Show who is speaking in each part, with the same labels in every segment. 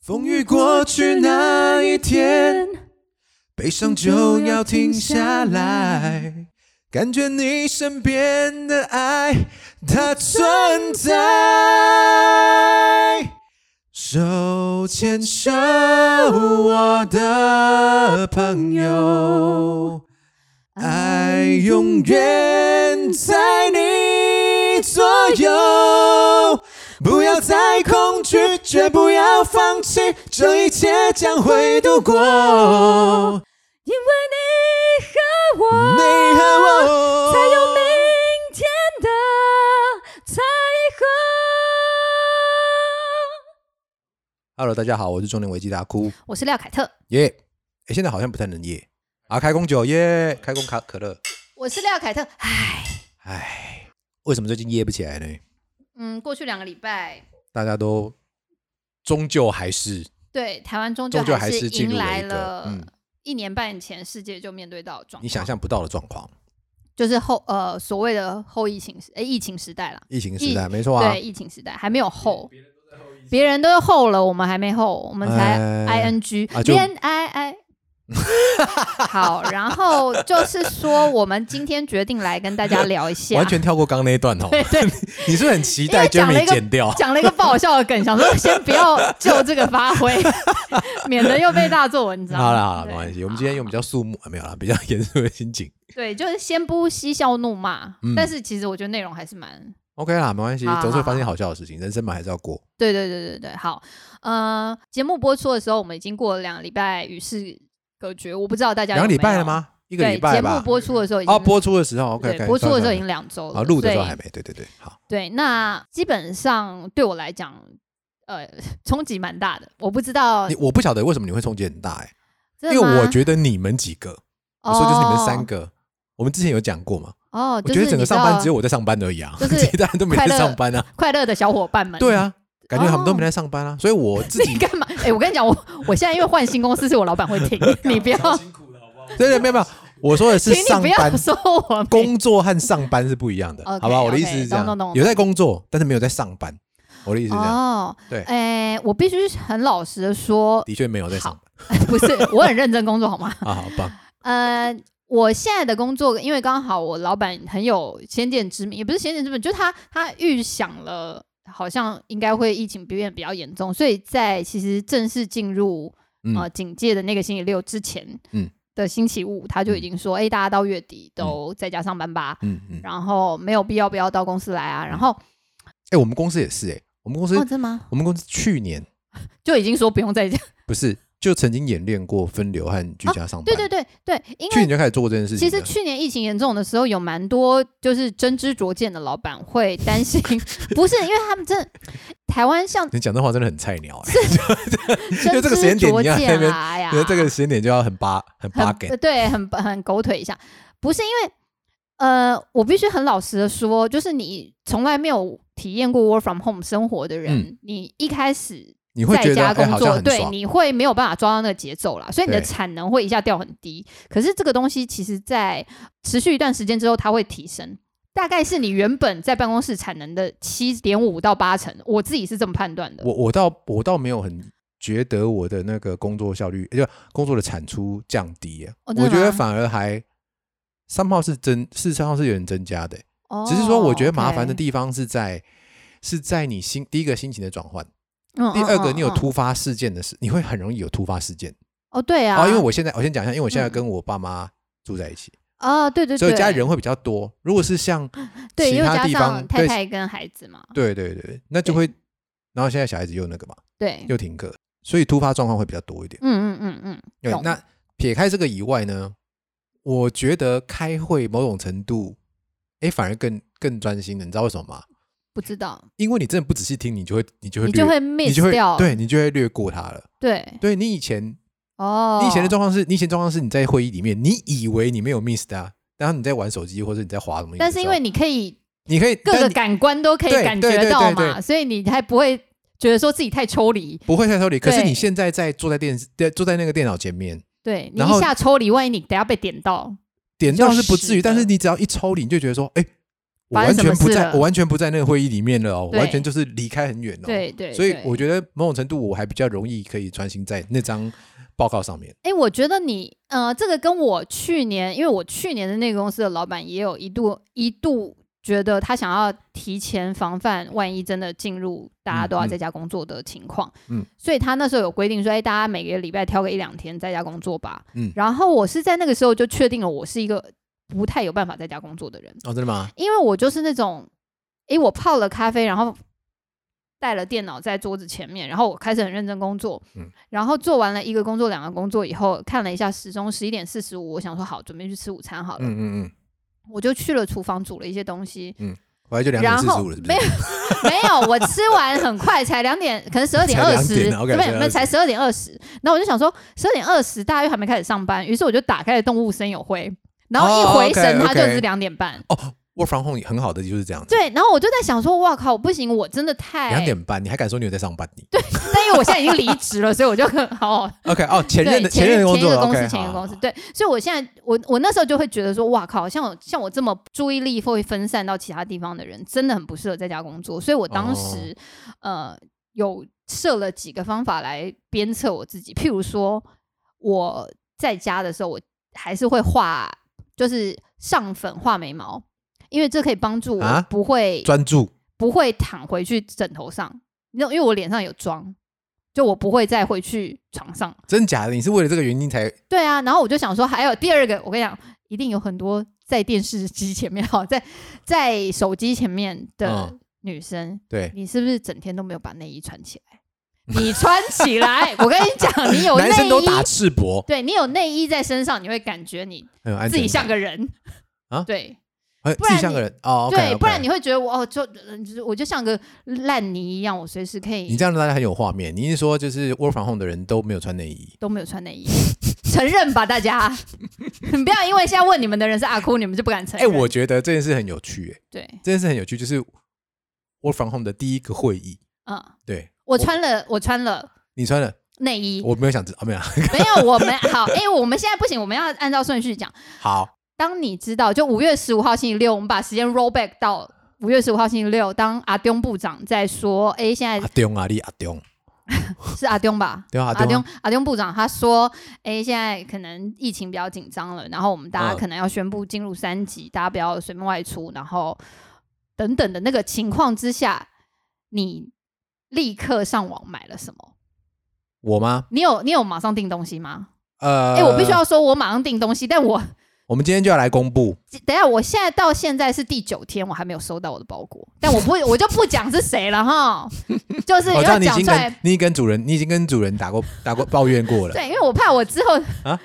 Speaker 1: 风雨过去那一天，悲伤就要停下来，感觉你身边的爱，它存在。手牵手，我的朋友，爱永远在你左右。不要再恐惧，绝不要放弃，这一切将会度过。
Speaker 2: 因为你和我，
Speaker 1: 你和我
Speaker 2: 才有明天的彩虹。
Speaker 1: Hello，大家好，我是中年危机大哭
Speaker 2: 我是廖凯特，
Speaker 1: 耶。哎，现在好像不太能耶啊，开工酒耶，开工卡可乐。
Speaker 2: 我是廖凯特。唉，
Speaker 1: 唉，为什么最近耶不起来呢？
Speaker 2: 嗯，过去两个礼拜，
Speaker 1: 大家都终究还是
Speaker 2: 对台湾终
Speaker 1: 终究还
Speaker 2: 还
Speaker 1: 是进入
Speaker 2: 迎
Speaker 1: 了
Speaker 2: 来
Speaker 1: 一个
Speaker 2: 了
Speaker 1: 嗯
Speaker 2: 一年半前世界就面对到的状况，
Speaker 1: 你想象不到的状况，
Speaker 2: 就是后呃所谓的后疫情时，哎、疫情时代啦，
Speaker 1: 疫情时代
Speaker 2: 疫
Speaker 1: 没错啊
Speaker 2: 对，。疫情时代还没有后。别人都后了，我们还没后，我们才
Speaker 1: 哎
Speaker 2: i n g
Speaker 1: 啊就
Speaker 2: 恋爱 爱。好，然后就是说，我们今天决定来跟大家聊一下，
Speaker 1: 完全跳过刚那一段哦，
Speaker 2: 对对，
Speaker 1: 你是不是很期
Speaker 2: 因为
Speaker 1: 待
Speaker 2: 讲了
Speaker 1: Jeremy
Speaker 2: 一个，
Speaker 1: 剪掉
Speaker 2: 讲了一个不好笑的梗，想说先不要就这个发挥， 免得又被大做文章。
Speaker 1: 好啦好啦，
Speaker 2: 对
Speaker 1: 没关系。我们今天用比较肃穆，啊没有啦，比较严肃的心情。
Speaker 2: 对，就是先不嬉笑怒骂，
Speaker 1: 嗯
Speaker 2: 但是其实我觉得内容还是蛮
Speaker 1: OK 啦，没关系
Speaker 2: 好，好
Speaker 1: 总是会发生好笑的事情，人生嘛还是要过。
Speaker 2: 对对对对对，好，呃，节目播出的时候，我们已经过了两个礼拜与世隔绝，我不知道大家
Speaker 1: 两个
Speaker 2: 有没
Speaker 1: 礼拜
Speaker 2: 有
Speaker 1: 了？吗？一
Speaker 2: 一
Speaker 1: 个礼拜
Speaker 2: 节目
Speaker 1: 吧。
Speaker 2: 播出的时候已经
Speaker 1: 哦，播出的时候，OK
Speaker 2: 对
Speaker 1: OK，
Speaker 2: 播出的时候已经两周了，
Speaker 1: 啊，录的时候
Speaker 2: 所以
Speaker 1: 还没，对对对，好，
Speaker 2: 对。那基本上对我来讲，呃，冲击蛮大的。我不知道
Speaker 1: 你，我不晓得为什么你会冲击很大哎，
Speaker 2: 因
Speaker 1: 因为我觉得你们几个，我说就是你们三
Speaker 2: 个
Speaker 1: 个，我们之前有讲过嘛，
Speaker 2: 哦，
Speaker 1: 我
Speaker 2: 就
Speaker 1: 觉
Speaker 2: 是
Speaker 1: 得整个
Speaker 2: 你知
Speaker 1: 上班
Speaker 2: 道
Speaker 1: 只有我在上班而已啊，
Speaker 2: 就是
Speaker 1: 其他人都没在
Speaker 2: 快乐
Speaker 1: 上班啊，
Speaker 2: 快乐的小伙伴 们，
Speaker 1: 对。 啊，感觉他们都
Speaker 2: 哦
Speaker 1: 没在上班啊，所以我自己
Speaker 2: 你干嘛？哎、我跟你讲，我我现在因为换新公司，是我老板会 听，你不要，
Speaker 1: 对对，没有没有，我说的是
Speaker 2: 请你
Speaker 1: 上
Speaker 2: 不要
Speaker 1: 班
Speaker 2: 说我没
Speaker 1: 工作和上班是不一样的，
Speaker 2: OK，
Speaker 1: 好吧？我的意思
Speaker 2: OK，
Speaker 1: 是这样
Speaker 2: 懂懂懂
Speaker 1: 有在工作，但是没有在上班。我的意思是这样，
Speaker 2: 哦，
Speaker 1: 对
Speaker 2: 哎、我必须很老实的说，
Speaker 1: 的确没有在上班
Speaker 2: 不是，我很认真工作，好吗？
Speaker 1: 啊，好棒！
Speaker 2: 呃，我现在的工作，因为刚好我老板很有先见之明，也不是先见之明，就是他他预想了，好像应该会疫情变得比较严重，所以在其实正式进入
Speaker 1: 嗯
Speaker 2: 呃警戒的那个星期六之前，
Speaker 1: 嗯
Speaker 2: 的星期五，他就已经说，哎、大家到月底都在家上班吧，
Speaker 1: 嗯嗯，哎、
Speaker 2: 然后没有必要不要到公司来啊，然后
Speaker 1: 我们公司也是哎、我们公司、
Speaker 2: 哦，真吗？
Speaker 1: 我们公司去年
Speaker 2: 就已经说不用在家，
Speaker 1: 不是就曾经演练过分流和居家上班，
Speaker 2: 哦对对对对，因
Speaker 1: 去
Speaker 2: 为
Speaker 1: 年就开始做过这件事情
Speaker 2: 其
Speaker 1: 了。
Speaker 2: 实去年疫情严重的时候，有蛮多就是真知灼见的老板会 担心，不是因为他们真的台湾像
Speaker 1: 你讲这话真的很菜鸟哎、
Speaker 2: 真
Speaker 1: 这个时间
Speaker 2: 知
Speaker 1: 点
Speaker 2: 灼
Speaker 1: 你要在那
Speaker 2: 见
Speaker 1: 边
Speaker 2: 啦呀
Speaker 1: 因，为这个时间点就要很八很八
Speaker 2: 啊很
Speaker 1: 给
Speaker 2: 呃对，很很狗腿一下，不是因为呃，我必须很老实的说，就是你从来没有体验过 work from home 生活的人，
Speaker 1: 嗯
Speaker 2: 你一开始
Speaker 1: 你会觉
Speaker 2: 在
Speaker 1: 得
Speaker 2: 家
Speaker 1: 哎、
Speaker 2: 工
Speaker 1: 好
Speaker 2: 作，
Speaker 1: 像很
Speaker 2: 对，
Speaker 1: 爽，
Speaker 2: 你会没有办法抓到那个节奏啦，所以你的
Speaker 1: 对
Speaker 2: 产能会一下掉很低。可是这个东西其实在持续一段时间之后，它会提升，大概是你原本在办公室产能的七点五到八成，我自己是这么判断的。
Speaker 1: 我我倒我倒没有很觉得我的那个工作效率，就工作的产出降低、欸
Speaker 2: 哦真的
Speaker 1: 我觉
Speaker 2: 吗
Speaker 1: 得反而还三号是增，四三号是有点增加的欸、
Speaker 2: 哦
Speaker 1: 只是说我觉得麻烦的
Speaker 2: OK
Speaker 1: 地方是在、是在你心第一个心情的转换，
Speaker 2: 嗯
Speaker 1: 第二个你有
Speaker 2: 嗯嗯
Speaker 1: 突发事件的事，你会很容易有突发事件
Speaker 2: 哦，对啊，
Speaker 1: 啊、因为我现在我先讲一下，因为我现在
Speaker 2: 嗯
Speaker 1: 跟我爸妈住在一起，
Speaker 2: 啊，对对对，
Speaker 1: 所以家人会比较多。如果是像
Speaker 2: 对，
Speaker 1: 其
Speaker 2: 因为
Speaker 1: 他
Speaker 2: 加
Speaker 1: 地
Speaker 2: 上
Speaker 1: 方
Speaker 2: 太
Speaker 1: 对
Speaker 2: 太跟孩子嘛，
Speaker 1: 对对对，那就会，然后现在小孩子又那个嘛，
Speaker 2: 对，
Speaker 1: 又停课，所以突发状况会比较多一点。
Speaker 2: 嗯嗯嗯嗯，
Speaker 1: 对
Speaker 2: 懂，
Speaker 1: 那撇开这个以外呢，我觉得开会某种程度，哎，反而更更专心的，你知道为什么吗？
Speaker 2: 不知道，
Speaker 1: 因为你真的不仔细听，你就会你就会
Speaker 2: 你
Speaker 1: 略
Speaker 2: 就会
Speaker 1: 你
Speaker 2: miss
Speaker 1: 就会
Speaker 2: 掉，
Speaker 1: 对你就会略过它了。
Speaker 2: 对
Speaker 1: 对你以前
Speaker 2: 哦，
Speaker 1: 你以前的状况是，你以前状况是你在会议里面，你以为你没有 miss 它，然后你在玩手机或者你在滑什么，
Speaker 2: 但是因为你可以
Speaker 1: 你可以
Speaker 2: 各
Speaker 1: 但
Speaker 2: 个
Speaker 1: 你
Speaker 2: 感官都可以
Speaker 1: 对
Speaker 2: 感
Speaker 1: 对
Speaker 2: 觉
Speaker 1: 对
Speaker 2: 到
Speaker 1: 对
Speaker 2: 嘛，所以你还不会觉得说自己太抽离。
Speaker 1: 不会太抽离，可是
Speaker 2: 对
Speaker 1: 你现在在坐在电视在坐在那个电脑前面，
Speaker 2: 对你
Speaker 1: 然后哦
Speaker 2: 一下抽离，万一你等下被点到，
Speaker 1: 点到是不至
Speaker 2: 就是
Speaker 1: 于，但
Speaker 2: 的
Speaker 1: 是你只要一抽离，你就觉得说，哎，我
Speaker 2: 发
Speaker 1: 完
Speaker 2: 生什
Speaker 1: 全
Speaker 2: 么
Speaker 1: 不
Speaker 2: 事
Speaker 1: 在，
Speaker 2: 了
Speaker 1: 我完全不在那个会议里面了哦，我
Speaker 2: 对
Speaker 1: 完全就是离开很远哦。，
Speaker 2: 对对，
Speaker 1: 所以
Speaker 2: 对
Speaker 1: 我觉得某种程度我还比较容易可以专心在那张报告上面。
Speaker 2: 哎、我觉得你，呃，这个跟我去年，因为我去年的那个公司的老板也有一度一度觉得他想要提前防范，万一真的进入大家都要在家工作的情况，
Speaker 1: 嗯
Speaker 2: 所以他那时候有规定说，哎、大家每个礼拜挑个一两天在家工作吧，
Speaker 1: 嗯
Speaker 2: 然后我是在那个时候就确定了，我是一个不太有办法在家工作的人，
Speaker 1: 哦，真的吗？
Speaker 2: 因为我就是那种，诶，我泡了咖啡，然后带了电脑在桌子前面，然后我开始很认真工作，
Speaker 1: 嗯
Speaker 2: 然后做完了一个工作、两个工作以后，看了一下时钟，十一点四十五，我想说好，准备去吃午餐好了，
Speaker 1: 嗯嗯嗯，
Speaker 2: 我就去了厨房煮了一些东西，
Speaker 1: 回来就两
Speaker 2: 然
Speaker 1: 点四十
Speaker 2: 后
Speaker 1: 五了，是不
Speaker 2: 没
Speaker 1: 是
Speaker 2: 有？没有，我吃完很快，才两点，可能十二点二
Speaker 1: 才2
Speaker 2: 十，
Speaker 1: 点，OK，
Speaker 2: 对，没
Speaker 1: 才2
Speaker 2: 有才十二点二十。然后我就想说，十二点二十大家又还没开始上班，于是我就打开了动物森友会，然后一
Speaker 1: 哦
Speaker 2: 回
Speaker 1: ，OK，
Speaker 2: 神，它就
Speaker 1: OK
Speaker 2: 是两点半。
Speaker 1: 哦，work from home 很好的就是这样子。
Speaker 2: 对，然后我就在想说，哇靠，不行，我真的太
Speaker 1: 两，点半，你还敢说你有在上班？你
Speaker 2: 但因为我现在已经离职了，所以我就 很 好，
Speaker 1: OK 哦，前
Speaker 2: 对，
Speaker 1: 任的
Speaker 2: 前
Speaker 1: 任的工
Speaker 2: 前一
Speaker 1: 作
Speaker 2: 个公
Speaker 1: OK，
Speaker 2: 司，前一个
Speaker 1: 好
Speaker 2: 公司，对，所以我现在我我那时候就会觉得说，哇靠，像我像我这么注意力会分散到其他地方的人，真的很不适合在家工作，所以我当时、
Speaker 1: 哦
Speaker 2: 呃有设了几个方法来鞭策我自己，譬如说我在家的时候，我还是会画，就是上粉画眉毛。因为这可以帮助我
Speaker 1: 啊
Speaker 2: 不会、
Speaker 1: 专注
Speaker 2: 不会躺回去枕头上，那因为我脸上有妆，就我不会再回去床上。
Speaker 1: 真假的？你是为了这个原因才
Speaker 2: 对啊，然后我就想说，还有第二个，我跟你讲，一定有很多在电视机前面 哈，在在手机前面的
Speaker 1: 嗯
Speaker 2: 女生，
Speaker 1: 对？
Speaker 2: 你是不是整天都没有把内衣穿起来？ 你穿起来，我跟你讲，你有内
Speaker 1: 男生都打
Speaker 2: 衣，
Speaker 1: 赤膊，
Speaker 2: 对你有内衣在身上，你会感觉你
Speaker 1: 很有安
Speaker 2: 自己
Speaker 1: 全
Speaker 2: 像
Speaker 1: 感
Speaker 2: 个人
Speaker 1: 啊
Speaker 2: 对，
Speaker 1: 哎
Speaker 2: 不然
Speaker 1: 自己像
Speaker 2: 你
Speaker 1: 个人哦，OK，
Speaker 2: 对，
Speaker 1: OK
Speaker 2: 不然你会觉得我哦，就就是我就像个烂泥一样，我随时可以
Speaker 1: 你这样让大家很有画面。你是说就是 work from home 的人都没有穿内衣？
Speaker 2: 都没有穿内衣， 承认吧，大家， 你不要因为现在问你们的人是阿哭，你们就不敢承
Speaker 1: 哎、
Speaker 2: 认。
Speaker 1: 我觉得这件事很有趣、哎，
Speaker 2: 对，
Speaker 1: 这件事很有趣，就是 work from home 的第一个会议，
Speaker 2: 嗯，
Speaker 1: 对
Speaker 2: 我穿了，我穿了
Speaker 1: 你穿了，
Speaker 2: 内衣，
Speaker 1: 我没有想知道，没有啊，
Speaker 2: 没有，我们好， 哎、我们现在不行，我们要按照顺序讲。
Speaker 1: 好，
Speaker 2: 当你知道，就五月十五号星期六，我们把时间 roll back 到五月十五号星期六，当阿东部长在说，哎、现
Speaker 1: 阿
Speaker 2: 在
Speaker 1: 丢啊，你阿丢，
Speaker 2: 是阿东吧？
Speaker 1: 对啊，阿
Speaker 2: 阿
Speaker 1: 丢
Speaker 2: 东
Speaker 1: 啊，
Speaker 2: 阿东部长他说：“哎、现在可能疫情比较紧张了，然后我们大家
Speaker 1: 嗯
Speaker 2: 可能要宣布进入三级，大家不要随便外出，然后等等的那个情况之下，你立刻上网买了什么？
Speaker 1: 我吗？
Speaker 2: 你有你有马上订东西吗？
Speaker 1: 呃，
Speaker 2: 哎、我必须要，说，我马上订东西，但我
Speaker 1: 我们今天就要来公布，
Speaker 2: 等一下，我现在到现在是第九天，我还没有收到我的包裹，但我不会，我就不讲是谁了哈，就是
Speaker 1: 我知道
Speaker 2: 要
Speaker 1: 哦你已
Speaker 2: 讲
Speaker 1: 经
Speaker 2: 出来
Speaker 1: 跟，你已经跟主人，你已经跟主人打过打过抱怨过了
Speaker 2: 对，因为我怕我之后
Speaker 1: 啊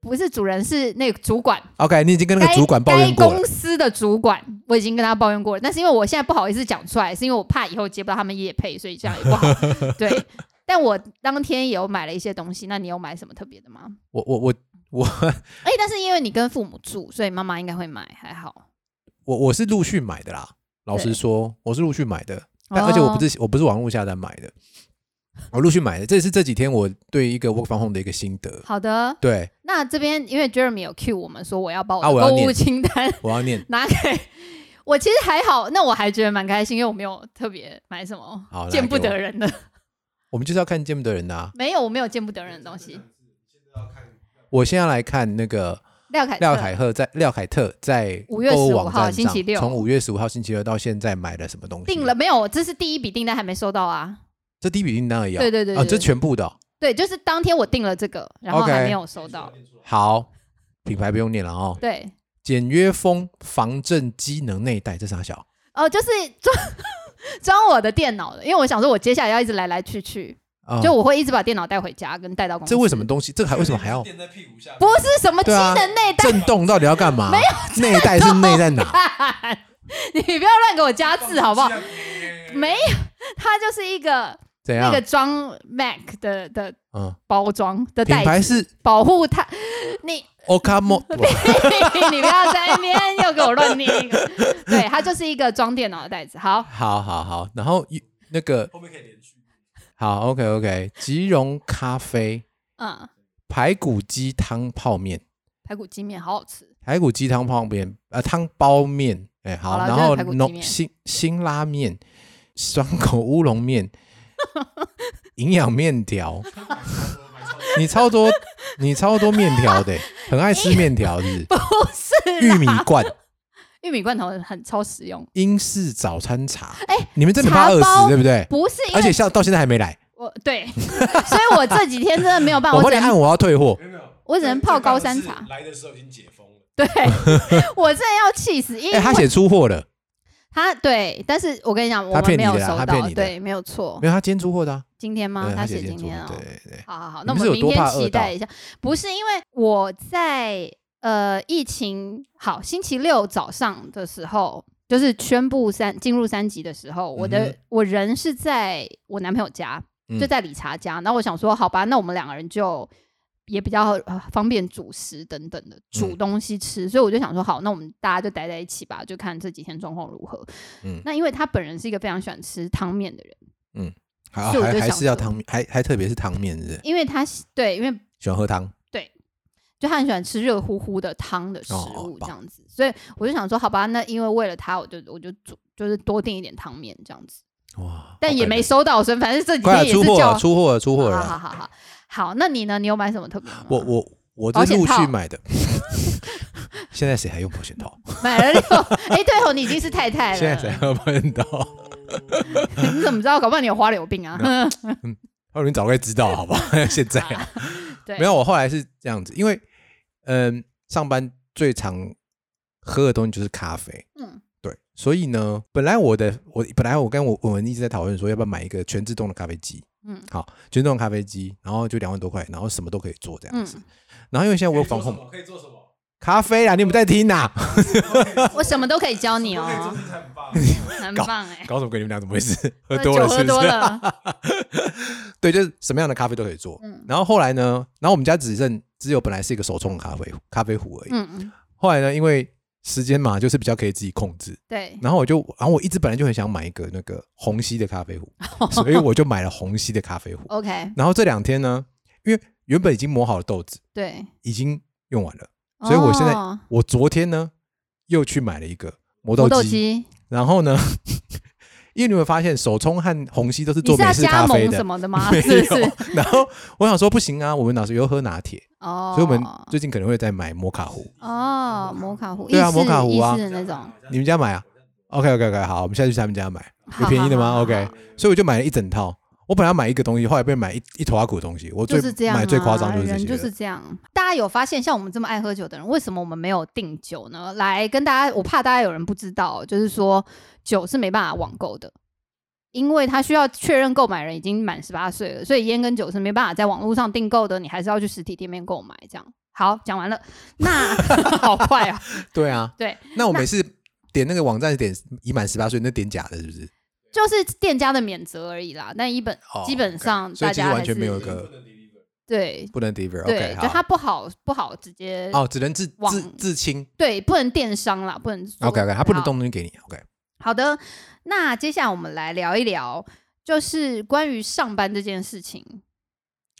Speaker 2: 不是主人是那个主管。”
Speaker 1: ，OK，你已经跟那
Speaker 2: 该
Speaker 1: 个主管抱怨
Speaker 2: 该
Speaker 1: 过了
Speaker 2: 公，司的主管，我已经跟他抱怨过了，但是因为我现在不好意思讲出来，是因为我怕以后接不到他们业配，所以这样也不 好。对，但我当天也有买了一些东西。那你有买什么特别的吗？
Speaker 1: 我我我我
Speaker 2: 哎、但是因为你跟父母住，所以妈妈应该会买，还好。
Speaker 1: 我我是陆续买的啦，老实
Speaker 2: 对
Speaker 1: 说，我是陆续买的，但而且
Speaker 2: 哦
Speaker 1: 我不是、我不是网络下单买的，我陆续买的。这是这几天我对一个 work from home 的一个心得
Speaker 2: 哦。好的。
Speaker 1: 对，
Speaker 2: 那这边因为 Jeremy 有 cue 我们说我要把我
Speaker 1: 啊我
Speaker 2: 的
Speaker 1: 要
Speaker 2: 购物
Speaker 1: 念
Speaker 2: 清单
Speaker 1: 我要念
Speaker 2: 拿给。我其实还好，那我还觉得蛮开心，因为我没有特别买什么
Speaker 1: 好拿
Speaker 2: 见不
Speaker 1: 给我
Speaker 2: 得人的，
Speaker 1: 我们就是要看见不得人的啊。
Speaker 2: 没有，我没有见不得人的东西。
Speaker 1: 我现在来看那个
Speaker 2: 廖凯特
Speaker 1: 廖凯赫在廖凯特在
Speaker 2: 5月
Speaker 1: 购物
Speaker 2: 15
Speaker 1: 网
Speaker 2: 号
Speaker 1: 站
Speaker 2: 星
Speaker 1: 上
Speaker 2: 期六
Speaker 1: 从五月十五号星期六到现在买了什么东西？
Speaker 2: 订了，没有？这是第一笔订单还没收到啊。
Speaker 1: 这第一笔订单而已啊。
Speaker 2: 对对对
Speaker 1: 啊，
Speaker 2: 对，
Speaker 1: 这全部的哦、
Speaker 2: 对，就是当天我订了这个，然后
Speaker 1: OK
Speaker 2: 还没有收到。
Speaker 1: 好，品牌不用念了哦。
Speaker 2: 对，
Speaker 1: 简约风防震机能内袋，这啥小？
Speaker 2: 哦，就是装 装我的电脑的，因为我想说，我接下来要一直来来去去，
Speaker 1: 啊
Speaker 2: 就我会一直把电脑带回家，跟带到公司。
Speaker 1: 这为什么？东西？这个还为什么还要
Speaker 3: 垫在屁股下面？
Speaker 2: 不是什么机
Speaker 1: 对啊
Speaker 2: 能内
Speaker 1: 震动？到底要干嘛？没有内袋是内在哪？
Speaker 2: 胆， 你不要乱给我加字好不好？
Speaker 3: 放屁下面？
Speaker 2: 没有，它就是一个
Speaker 1: 啊怎
Speaker 2: 那
Speaker 1: 样
Speaker 2: 个？装 Mac 的的
Speaker 1: 嗯，
Speaker 2: 包装的
Speaker 1: 品
Speaker 2: 袋
Speaker 1: 牌
Speaker 2: 子，
Speaker 1: 是
Speaker 2: 保护它。你
Speaker 1: Okamo，
Speaker 2: 你不要在那边又给我乱念一个。对，它就是一个装电脑的袋子。好，
Speaker 1: 好好好，然后一那个
Speaker 3: 后面可以连续。
Speaker 1: 好 OK OK，吉隆咖啡
Speaker 2: 嗯，
Speaker 1: 排骨鸡汤泡面，
Speaker 2: 排骨鸡面好好吃。
Speaker 1: 排骨鸡汤泡面，呃，汤包面，哎、哎、
Speaker 2: 好
Speaker 1: 好，
Speaker 2: 了
Speaker 1: 然
Speaker 2: 就是
Speaker 1: 后
Speaker 2: 排骨鸡
Speaker 1: 浓
Speaker 2: 面
Speaker 1: 辛辛拉面、双口乌龙 面、营养面条，你超多你超多面条的、很爱吃面条是不
Speaker 2: 不是
Speaker 1: 是玉米
Speaker 2: 啦
Speaker 1: 罐、
Speaker 2: 玉米罐头很超实用，
Speaker 1: 英式早餐茶，
Speaker 2: 哎
Speaker 1: 你们真的怕
Speaker 2: 茶
Speaker 1: 饿
Speaker 2: 包
Speaker 1: 死对不对？
Speaker 2: 不是因
Speaker 1: 而且
Speaker 2: 为
Speaker 1: 像到现在还没来，
Speaker 2: 我对， 所以我这几天真的没有办法，
Speaker 1: 我
Speaker 2: 我
Speaker 1: 帮
Speaker 2: 只
Speaker 1: 你
Speaker 2: 能
Speaker 1: 按，我要退货。
Speaker 2: 我只能泡高山茶。
Speaker 3: 来的时候已经解封了，
Speaker 2: 对， 我真的要气死，因
Speaker 1: 哎、
Speaker 2: 为
Speaker 1: 他写出货了，
Speaker 2: 他对，但是我跟你讲，我
Speaker 1: 他
Speaker 2: 们
Speaker 1: 骗
Speaker 2: 没
Speaker 1: 你的
Speaker 2: 有
Speaker 1: 啦
Speaker 2: 收
Speaker 1: 他
Speaker 2: 到
Speaker 1: 骗你，的
Speaker 2: 对，没有错
Speaker 1: 没。有他今天出货的、啊，
Speaker 2: 今天吗
Speaker 1: 对？
Speaker 2: 他
Speaker 1: 写
Speaker 2: 写今
Speaker 1: 出货
Speaker 2: 哦天哦。
Speaker 1: 对对对，
Speaker 2: 好好好，
Speaker 1: 你
Speaker 2: 那我
Speaker 1: 们是
Speaker 2: 们
Speaker 1: 有
Speaker 2: 明
Speaker 1: 多
Speaker 2: 天
Speaker 1: 怕饿
Speaker 2: 期
Speaker 1: 到
Speaker 2: 待一下。不是因为我在呃疫情好星期六早上的时候，就是宣布三进入三级的时候，我的、
Speaker 1: 嗯哼
Speaker 2: 我人是在我男朋友家，就
Speaker 1: 嗯
Speaker 2: 在理查家。那、我想说，好吧，那我们两个人就。也比较呃方便煮食等等的煮
Speaker 1: 嗯
Speaker 2: 东西吃，所以我就想说，好，那我们大家就待在一起吧，就看这几天状况如何。
Speaker 1: 嗯
Speaker 2: 那因为他本人是一个非常喜欢吃汤面的人，
Speaker 1: 好
Speaker 2: 所以我
Speaker 1: 还
Speaker 2: 就
Speaker 1: 还
Speaker 2: 想
Speaker 1: 是要
Speaker 2: 说
Speaker 1: 汤面，还还特别是汤面，是不是？
Speaker 2: 因为他喜对，因为
Speaker 1: 喜欢喝汤，
Speaker 2: 就他很喜欢吃热乎乎的汤的食
Speaker 1: 哦
Speaker 2: 物这
Speaker 1: 棒
Speaker 2: 样子，所以我就想说，好吧，那因为为了他，我就我就煮，就是多订一点汤面这样子，
Speaker 1: 哇！
Speaker 2: 但也没
Speaker 1: 说，
Speaker 2: 收到，所以反正这几
Speaker 1: 快了，
Speaker 2: 天也
Speaker 1: 出
Speaker 2: 是
Speaker 1: 货
Speaker 2: 叫
Speaker 1: 了，出货了，出货
Speaker 2: 好好
Speaker 1: 了。
Speaker 2: 好好好，那你呢？你有买什么特别吗？
Speaker 1: 我我我
Speaker 2: 保
Speaker 1: 这
Speaker 2: 险
Speaker 1: 陆
Speaker 2: 套
Speaker 1: 续买的， 现在谁还用保险 套？
Speaker 2: 买了六，哎，对哦，你已经是太太
Speaker 1: 现在谁
Speaker 2: 了，
Speaker 1: 还用保险套？
Speaker 2: 你怎么知道？搞不好你有花柳病啊？
Speaker 1: 哦，你早该知道了，好不 好？现在啊，
Speaker 2: 对，
Speaker 1: 没有，我后来是这样子，因为嗯，上班最常喝的东西就是咖啡，
Speaker 2: 嗯，
Speaker 1: 对，所以呢，本来我的我本来我跟我我们一直在讨论说要不要买一个全自动的咖啡机，
Speaker 2: 嗯，
Speaker 1: 好，全自动咖啡机，然后就两万多块，然后什么都可以做这样子，
Speaker 2: 嗯
Speaker 1: 然后因为现在我有防
Speaker 3: 可以做什
Speaker 1: 控
Speaker 3: 么可以做什么？
Speaker 1: 咖啡啦，你们在听啊呐？
Speaker 2: 我什么都可以教你
Speaker 3: 都可以做
Speaker 2: 哦
Speaker 3: 这，才很棒。啊
Speaker 2: 很
Speaker 1: 搞
Speaker 2: 棒 哎，
Speaker 1: 搞什么鬼？你们俩怎么回事？喝
Speaker 2: 那
Speaker 1: 多
Speaker 2: 酒
Speaker 1: 了
Speaker 2: 喝
Speaker 1: 是不啊
Speaker 2: 多
Speaker 1: 是？
Speaker 2: 了，
Speaker 1: 对，就是什么样的咖啡都可以做。
Speaker 2: 嗯
Speaker 1: 然后后来呢，然后我们家只剩只有本来是一个手冲的咖啡咖啡壶而已。
Speaker 2: 嗯嗯，
Speaker 1: 后来呢，因为时间嘛，就是比较可以自己控制。
Speaker 2: 对，
Speaker 1: 然后我就，然后我一直本来就很想买一个那个虹吸的咖啡壶，所以我就买了虹吸的咖啡壶。
Speaker 2: ，OK，
Speaker 1: 然后这两天呢，因为原本已经磨好了豆子，
Speaker 2: 对，
Speaker 1: 已经用完了，所以我现在
Speaker 2: 哦
Speaker 1: 我昨天呢又去买了一个磨豆
Speaker 2: 磨
Speaker 1: 机。
Speaker 2: 豆机，
Speaker 1: 然后呢， 因为你会发现手冲和虹吸都是
Speaker 2: 你
Speaker 1: 做
Speaker 2: 是
Speaker 1: 美
Speaker 2: 要
Speaker 1: 式
Speaker 2: 加
Speaker 1: 咖啡
Speaker 2: 盟
Speaker 1: 的
Speaker 2: 什，么的吗？
Speaker 1: 没有
Speaker 2: 是不是？。
Speaker 1: 然后我想说不行啊，我们老师又喝拿铁，
Speaker 2: 哦，
Speaker 1: 所以我们最近可能会再买摩卡壶。
Speaker 2: 哦，摩卡壶，
Speaker 1: 对啊
Speaker 2: 意式
Speaker 1: 摩卡壶啊
Speaker 2: 意式的那种，
Speaker 1: 你们家买啊？OK OK OK，好，我们下次去他们家买，有便宜的
Speaker 2: 好好
Speaker 1: 吗
Speaker 2: 好
Speaker 1: ？OK，所以我就买了一整套。我本来要买一个东西，后来被买一一头阿苦的东西。我最
Speaker 2: 就是这样啊，
Speaker 1: 买最夸张就是这
Speaker 2: 人
Speaker 1: 些
Speaker 2: 就
Speaker 1: 了，
Speaker 2: 是这样。大家有发现，像我们这么爱喝酒的人，为什么我们没有订酒呢？来跟大家，我怕大家有人不知道，就是说酒是没办法网购的。因为他需要确认购买人已经满十八岁了，所以烟跟酒是没办法在网络上订购的，你还是要去实体店面购买。这样好，讲完了，那 好快啊！
Speaker 1: 对啊。
Speaker 2: 对，
Speaker 1: 那我
Speaker 2: 那
Speaker 1: 每次点那个网站是点已满十八岁，那点假的，是不是？
Speaker 2: 就是店家的免责而已啦。但一本、
Speaker 1: 哦
Speaker 2: 基本上
Speaker 1: 所以
Speaker 2: 大
Speaker 1: 其实
Speaker 2: 家
Speaker 1: 完
Speaker 2: 还是
Speaker 1: 全没有一
Speaker 3: 不
Speaker 1: 个
Speaker 3: 能 deliver
Speaker 2: 对
Speaker 1: 不能 deliver。
Speaker 2: 对
Speaker 1: OK，，
Speaker 2: 就
Speaker 1: 好，
Speaker 2: 它不好不好直接、
Speaker 1: 哦，只能自自
Speaker 2: 网
Speaker 1: 自清。
Speaker 2: 对，不能电商啦，不能
Speaker 1: OK OK，他不能
Speaker 2: 好
Speaker 1: 动东西给你。OK，
Speaker 2: 好的，那接下来我们来聊一聊，就是关于上班这件事情。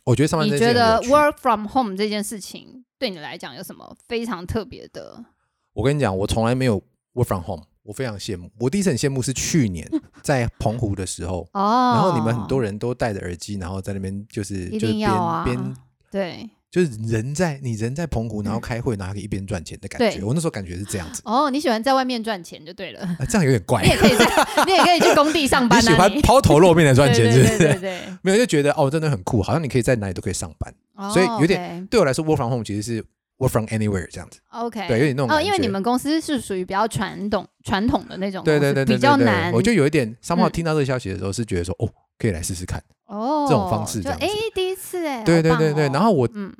Speaker 1: 我觉得上班
Speaker 2: 你
Speaker 1: 这件
Speaker 2: 觉
Speaker 1: 事很
Speaker 2: 得
Speaker 1: 有趣
Speaker 2: work from home 这件事情对你来讲有什么非常特别的？
Speaker 1: 我跟你讲，我从来没有 work from home，我非常羡慕。我第一次很羡慕是去 年在澎湖的时候，
Speaker 2: 哦，
Speaker 1: 然后你们很多人都戴着耳机，然后在那边就是
Speaker 2: 一
Speaker 1: 就是
Speaker 2: 定
Speaker 1: 边
Speaker 2: 要啊
Speaker 1: 边
Speaker 2: 对
Speaker 1: 就是人在你人在澎湖，然后开会，然后可以一边赚钱的感觉。
Speaker 2: 嗯对
Speaker 1: 我那时候感觉是这样子，
Speaker 2: 哦，你喜欢在外面赚钱就对了，
Speaker 1: 啊、这样有点怪
Speaker 2: 你。也可以在， 你也可以去工地上班、啊
Speaker 1: 你喜 欢抛头露面的赚钱，是
Speaker 2: 对
Speaker 1: 不
Speaker 2: 对对对
Speaker 1: 是？
Speaker 2: 对，
Speaker 1: 没有就觉得哦，真的很酷，好像你可以在哪里都可以上班。 所以有点对我来说，work from home 其实是 work from anywhere 这样子。
Speaker 2: OK，
Speaker 1: 对有点那种
Speaker 2: 哦，
Speaker 1: 感
Speaker 2: 因为
Speaker 1: 觉
Speaker 2: 你们公司是属于比较传统传统的那种公
Speaker 1: 对
Speaker 2: 司，
Speaker 1: 对对对，
Speaker 2: 比较
Speaker 1: 对对
Speaker 2: 难。
Speaker 1: 我就有一点，上号
Speaker 2: 嗯
Speaker 1: 听到这个消息的时候是觉得说，哦，可以来试试看。
Speaker 2: 哦，
Speaker 1: 这种方式这
Speaker 2: 就
Speaker 1: 样子
Speaker 2: 哎，第一次哎，
Speaker 1: 对
Speaker 2: 好
Speaker 1: 对
Speaker 2: 棒
Speaker 1: 对对，
Speaker 2: 哦
Speaker 1: 然后我
Speaker 2: 嗯